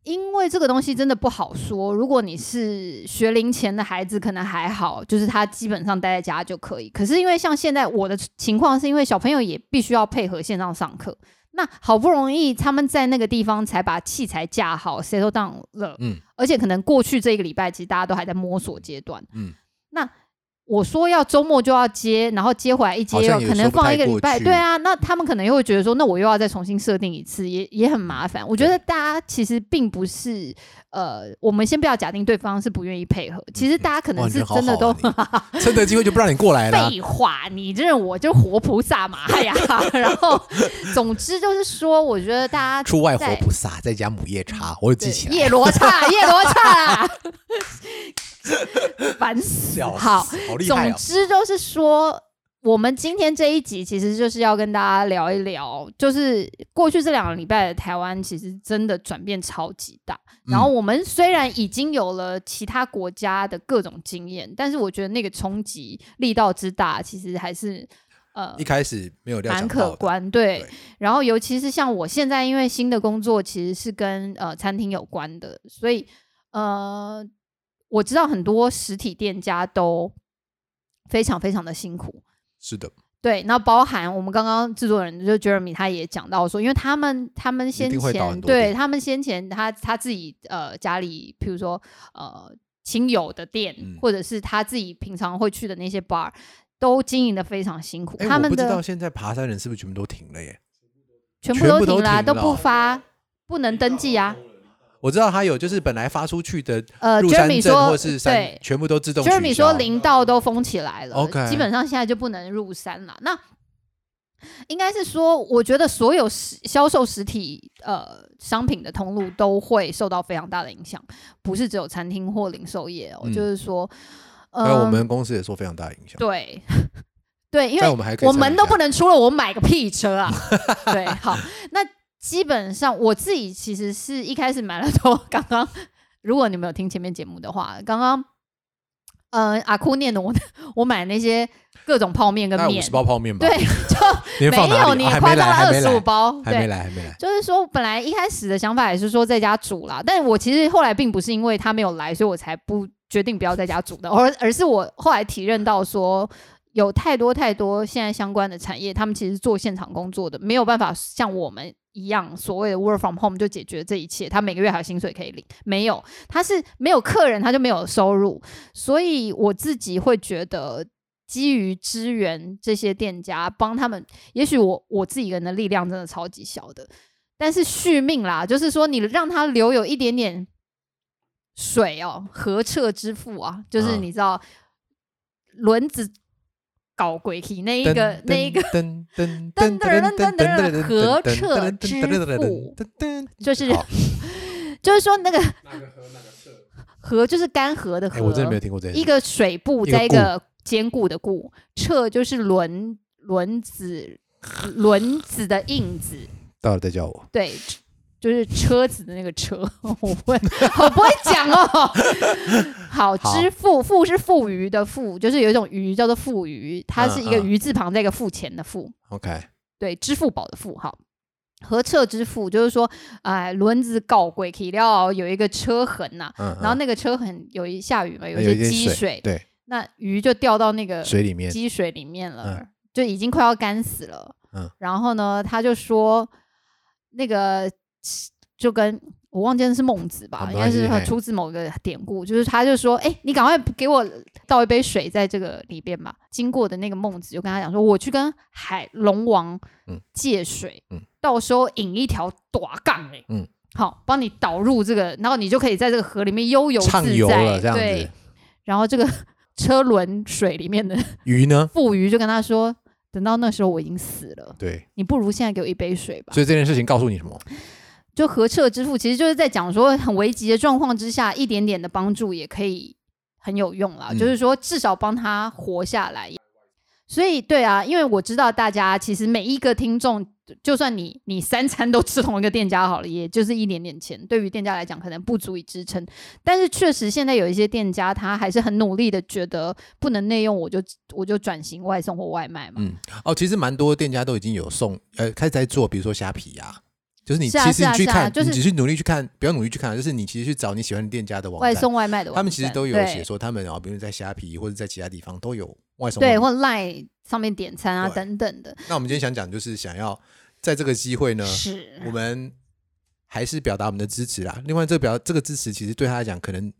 Speaker 2: 因为这个东西真的不好说。如果你是学龄前的孩子，可能还好，就是他基本上待在家就可以。可是因为像现在我的情况，是因为小朋友也必须要配合线上上课。那好不容易他们在那个地方才把器材架好，settle down 了，
Speaker 1: 嗯
Speaker 2: 而且可能过去这一个礼拜，其实大家都还在摸索阶段，
Speaker 1: 嗯
Speaker 2: 那我说要周末就要接，然后接回来一接
Speaker 1: 好
Speaker 2: 又
Speaker 1: 像也
Speaker 2: 可能
Speaker 1: 说不
Speaker 2: 放
Speaker 1: 太
Speaker 2: 一个礼
Speaker 1: 过
Speaker 2: 拜，
Speaker 1: 去
Speaker 2: 对啊，那他们可能又会觉得说，那我又要再重新设定一次，也也很麻烦。我觉得大家其实并不是，呃，我们先不要假定对方是不愿意配合，其实大家可
Speaker 1: 嗯哇
Speaker 2: 能
Speaker 1: 你
Speaker 2: 是
Speaker 1: 人好
Speaker 2: 真的
Speaker 1: 好
Speaker 2: 都、
Speaker 1: 啊 趁这机会就不让你过来了。
Speaker 2: 废话，你这我就活菩萨嘛 呀。然后，总之就是说，我觉得大家
Speaker 1: 出外活
Speaker 2: 在
Speaker 1: 菩萨，在家母夜叉，我有记起来。
Speaker 2: 夜罗刹，夜罗 刹，烦死！
Speaker 1: 笑死
Speaker 2: 好，
Speaker 1: 好厉害
Speaker 2: 总
Speaker 1: 哦！
Speaker 2: 之就是说，我们今天这一集其实就是要跟大家聊一聊，就是过去这两个礼拜的台湾，其实真的转变超级大。
Speaker 1: 嗯
Speaker 2: 然后我们虽然已经有了其他国家的各种经验，但是我觉得那个冲击力道之大，其实还是呃
Speaker 1: 一开始没有料
Speaker 2: 蛮
Speaker 1: 想
Speaker 2: 可
Speaker 1: 到的，
Speaker 2: 观，对。
Speaker 1: 对
Speaker 2: 然后尤其是像我现在，因为新的工作其实是跟呃餐厅有关的，所以呃，我知道很多实体店家都非常非常的辛苦。
Speaker 1: 是的，
Speaker 2: 对，那包含我们刚刚制作人就 Jeremy 他也讲到说，因为他们他们先
Speaker 1: 定会倒
Speaker 2: 前
Speaker 1: 很多
Speaker 2: 对
Speaker 1: 店
Speaker 2: 他们先前他他自己呃家里，譬如说呃亲友的店，
Speaker 1: 嗯
Speaker 2: 或者是他自己平常会去的那些 bar，都经营的非常辛苦。
Speaker 1: 哎、
Speaker 2: 他
Speaker 1: 我
Speaker 2: 们
Speaker 1: 不知道
Speaker 2: 的
Speaker 1: 现在爬山人是不是全部都停了耶？
Speaker 2: 全部
Speaker 1: 全部
Speaker 2: 都
Speaker 1: 都
Speaker 2: 停啦、
Speaker 1: 停
Speaker 2: 都
Speaker 1: 了
Speaker 2: 不
Speaker 1: 哦
Speaker 2: 发，不能登记啊。
Speaker 1: 我知道他有，就是本来发出去的
Speaker 2: 呃
Speaker 1: 入山
Speaker 2: ，Jeremy
Speaker 1: 证
Speaker 2: 说
Speaker 1: 或是山
Speaker 2: 对，
Speaker 1: 全部都自动取消。
Speaker 2: Jeremy 说林道都封起来了
Speaker 1: OK
Speaker 2: 基本上现在就不能入山了。那应该是说，我觉得所有实呃销售实体呃商品的通路都会受到非常大的影响，不是只有餐厅或零售业哦，
Speaker 1: 嗯
Speaker 2: 就是说，
Speaker 1: 还
Speaker 2: 呃，
Speaker 1: 哎有我们公司也受非常大的影响。
Speaker 2: 对 对，因为
Speaker 1: 但我们还可以
Speaker 2: 我
Speaker 1: 参
Speaker 2: 门
Speaker 1: 与
Speaker 2: 都
Speaker 1: 一下
Speaker 2: 不能出了，我买个屁车啊！ 对，好，那基本上我自己其实是一开始买了头，刚刚如果你们有听前面节目的话，刚刚呃阿哭念的我 我买那些各种泡面跟
Speaker 1: 大概五
Speaker 2: 面
Speaker 1: 十，包泡面吧。
Speaker 2: 对，就
Speaker 1: 你们放哪
Speaker 2: 没
Speaker 1: 里
Speaker 2: 有
Speaker 1: 哦
Speaker 2: 你
Speaker 1: 还
Speaker 2: 夸
Speaker 1: 没
Speaker 2: 张
Speaker 1: 来，还
Speaker 2: 了二
Speaker 1: 没
Speaker 2: 十五
Speaker 1: 来，
Speaker 2: 包，
Speaker 1: 还没
Speaker 2: 对。
Speaker 1: 来，还没来。
Speaker 2: 就是说，本来一开始的想法也是说在家煮啦，但我其实后来并不是因为他没有来，所以我才不决定不要在家煮的，而而是我后来体认到说，有太多太多现在相关的产业，他们其实做现场工作的，没有办法像我们一样所谓的 work from home 就解决这一切，他每个月还有薪水可以领，没有，他是没有客人他就没有收入，所以我自己会觉得。基于支援这些店家，帮他们，也许我我自己一个人的力量真的超级小的，但是续命啦，就是说你让它留有一点点水哦，河澈之腹啊，就是
Speaker 1: 嗯
Speaker 2: 你知道、轮子搞鬼体那一个那一个
Speaker 1: 噔噔
Speaker 2: 噔噔噔噔噔噔合
Speaker 1: 噔
Speaker 2: 彻
Speaker 1: 噔
Speaker 2: 之
Speaker 1: 噔噔
Speaker 2: 父
Speaker 1: 噔噔
Speaker 2: 就是
Speaker 1: 好
Speaker 2: 就是说那个河就是干涸的
Speaker 1: 哎，
Speaker 2: 河，
Speaker 1: 我真的没有听过这
Speaker 2: 一个水部
Speaker 1: 一个
Speaker 2: 在一个坚固的固，彻就是轮轮子轮子的印子，
Speaker 1: 到底在叫我？
Speaker 2: 对，就是车子的那个车， 我不会，我不会讲 哦。好，
Speaker 1: 好
Speaker 2: 之富富是富余的富，就是有一种鱼叫做富余，它是一个
Speaker 1: 嗯嗯
Speaker 2: 鱼字旁再一个付钱的付，
Speaker 1: OK，
Speaker 2: 对，支付宝的付好。和彻之父就是说，哎、轮子搞鬼，可以料有一个车痕呐、
Speaker 1: 嗯，哎
Speaker 2: 然后那个车痕有一下雨嘛，有
Speaker 1: 有
Speaker 2: 一
Speaker 1: 一
Speaker 2: 些
Speaker 1: 点
Speaker 2: 积
Speaker 1: 水
Speaker 2: 水，
Speaker 1: 对
Speaker 2: 那鱼就掉到那个
Speaker 1: 水里面，
Speaker 2: 积水里面了，就已经快要干死了。
Speaker 1: 嗯
Speaker 2: 然后呢，他就说那个就跟我忘记是孟子吧
Speaker 1: 啊，没
Speaker 2: 应该
Speaker 1: 关系
Speaker 2: 是
Speaker 1: 嘿
Speaker 2: 出自某个典故，就是他就说，哎、你赶快给我倒一杯水在这个里边吧。经过的那个孟子就跟他讲说，我去跟海龙王
Speaker 1: 嗯
Speaker 2: 借水，
Speaker 1: 嗯
Speaker 2: 到时候引一条短杠哎，
Speaker 1: 嗯
Speaker 2: 好，帮你导入这个，然后你就可以在这个河里面悠游
Speaker 1: 畅
Speaker 2: 自
Speaker 1: 游
Speaker 2: 在，
Speaker 1: 了这样
Speaker 2: 对
Speaker 1: 子。。
Speaker 2: 然后这个 车轮水里面的
Speaker 1: 鱼呢？
Speaker 2: 富余就跟他说，等到那时候我已经死了，
Speaker 1: 对，
Speaker 2: 你不如现在给我一杯水吧
Speaker 1: 所。以这件事情告诉你什么？
Speaker 2: 就和彻之父其实就是在讲说，很危急的状况之下，一点点的帮助也可以很有用啦，
Speaker 1: 嗯
Speaker 2: 就是说至少帮他活下来。所以对啊，因为我知道大家其实每一个听众，就算你你三餐都吃同一个店家好了，也就是一点点钱，对于店家来讲可能不足以支撑。但是确实现在有一些店家，他还是很努力的，觉得不能内用，我就我就转型外送或外卖嘛。
Speaker 1: 嗯，哦，其实蛮多店家都已经有送，呃，开始在做，比如说虾皮呀、就是你
Speaker 2: 是啊
Speaker 1: 其实
Speaker 2: 是啊
Speaker 1: 你去
Speaker 2: 是啊
Speaker 1: 看，
Speaker 2: 就是
Speaker 1: 你只是努力去看，不要努力去看，啊就是你其实去找你喜欢的店家的网
Speaker 2: 外
Speaker 1: 站，
Speaker 2: 送外卖的网站，
Speaker 1: 他们其实都有
Speaker 2: 对
Speaker 1: 写说他们啊，比如在虾皮或者在其他地方都有外送。
Speaker 2: 对，或 Line 上面点餐啊
Speaker 1: 对
Speaker 2: 等等的，
Speaker 1: 那我们今天想讲就是想要在这个机会呢，
Speaker 2: 是
Speaker 1: 我们还是表达我们的支持啦。另外，这表这个支持其实对他来讲，可能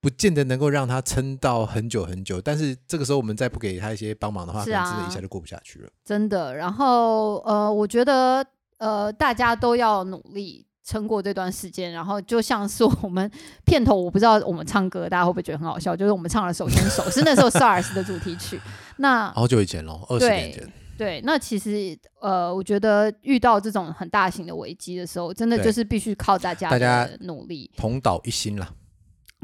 Speaker 1: 不见得能够让他撑到很久很久，但是这个时候我们再不给他一些帮忙的话，
Speaker 2: 是
Speaker 1: 可
Speaker 2: 啊
Speaker 1: 能真的一下就过不下去了。
Speaker 2: 真的。然后呃，我觉得呃，大家都要努力。撑过这段时间，然后就像是我们片头，我不知道我们唱歌大家会不会觉得很好笑， 就是我们唱了《手牵手》，是那时候 SARS 的主 题曲。那
Speaker 1: 好久以前咯，二十
Speaker 2: 对
Speaker 1: 年前，
Speaker 2: 对，那其实呃，我觉得遇到这种很大型的危机的时候，真的
Speaker 1: 对
Speaker 2: 就是必须靠大家
Speaker 1: 大家
Speaker 2: 的努力。
Speaker 1: 同岛一心啦。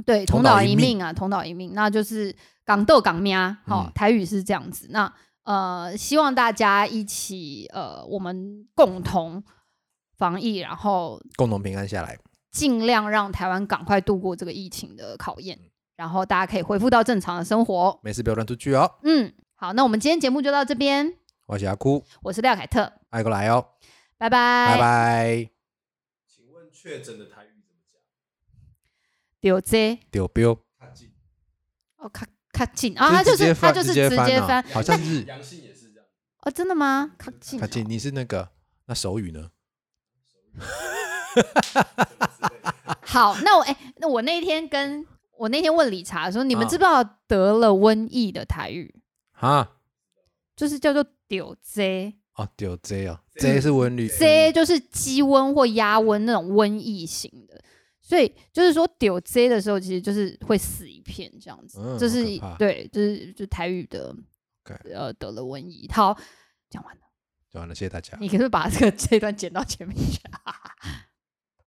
Speaker 2: 对，
Speaker 1: 同
Speaker 2: 同
Speaker 1: 岛
Speaker 2: 岛
Speaker 1: 一
Speaker 2: 一
Speaker 1: 命
Speaker 2: 命啊，同岛一命，那就是港斗港喵，好、
Speaker 1: 嗯
Speaker 2: 台语是这样子。那呃，希望大家一起呃，我们共同防疫，然后
Speaker 1: 共同平安下来。
Speaker 2: 尽量让台湾赶快度过这个疫情的考验，然后大家可以恢复到正常的生活。
Speaker 1: 没事，不要乱出去哦。
Speaker 2: 嗯，好，那我们今天节目就到这边，
Speaker 1: 我是阿哭，
Speaker 2: 我是廖凯特，
Speaker 1: 爱过来哦，
Speaker 2: 拜
Speaker 1: 拜
Speaker 2: 拜，
Speaker 1: 拜。
Speaker 2: 丢这，
Speaker 1: 丢标，
Speaker 2: 哦，卡卡进啊，他就是他就是直接翻啊
Speaker 1: 哦，好像是
Speaker 2: 哦，真的吗？卡进
Speaker 1: 他进，你是那个那手语呢？
Speaker 2: 好，那我哎、那我那一天跟我那天问理查说，你们
Speaker 1: 啊
Speaker 2: 知不知道得了瘟疫的台语，嗯
Speaker 1: 啊，
Speaker 2: 就是叫做丢 Z
Speaker 1: 哦，丢 J 哦，J
Speaker 2: 嗯
Speaker 1: 是文旅
Speaker 2: Z，就是鸡瘟或鸭瘟那种瘟疫型的。所以就是说丢 Z 的时候，其实就是会死一片这样子，
Speaker 1: 嗯
Speaker 2: 这
Speaker 1: 好
Speaker 2: 是
Speaker 1: 可怕
Speaker 2: 对，就是就台语的
Speaker 1: OK
Speaker 2: 呃得了瘟疫。好，讲完了，
Speaker 1: 就完了，谢谢大家。
Speaker 2: 你可不可以把这个这一段剪到前面去、啊？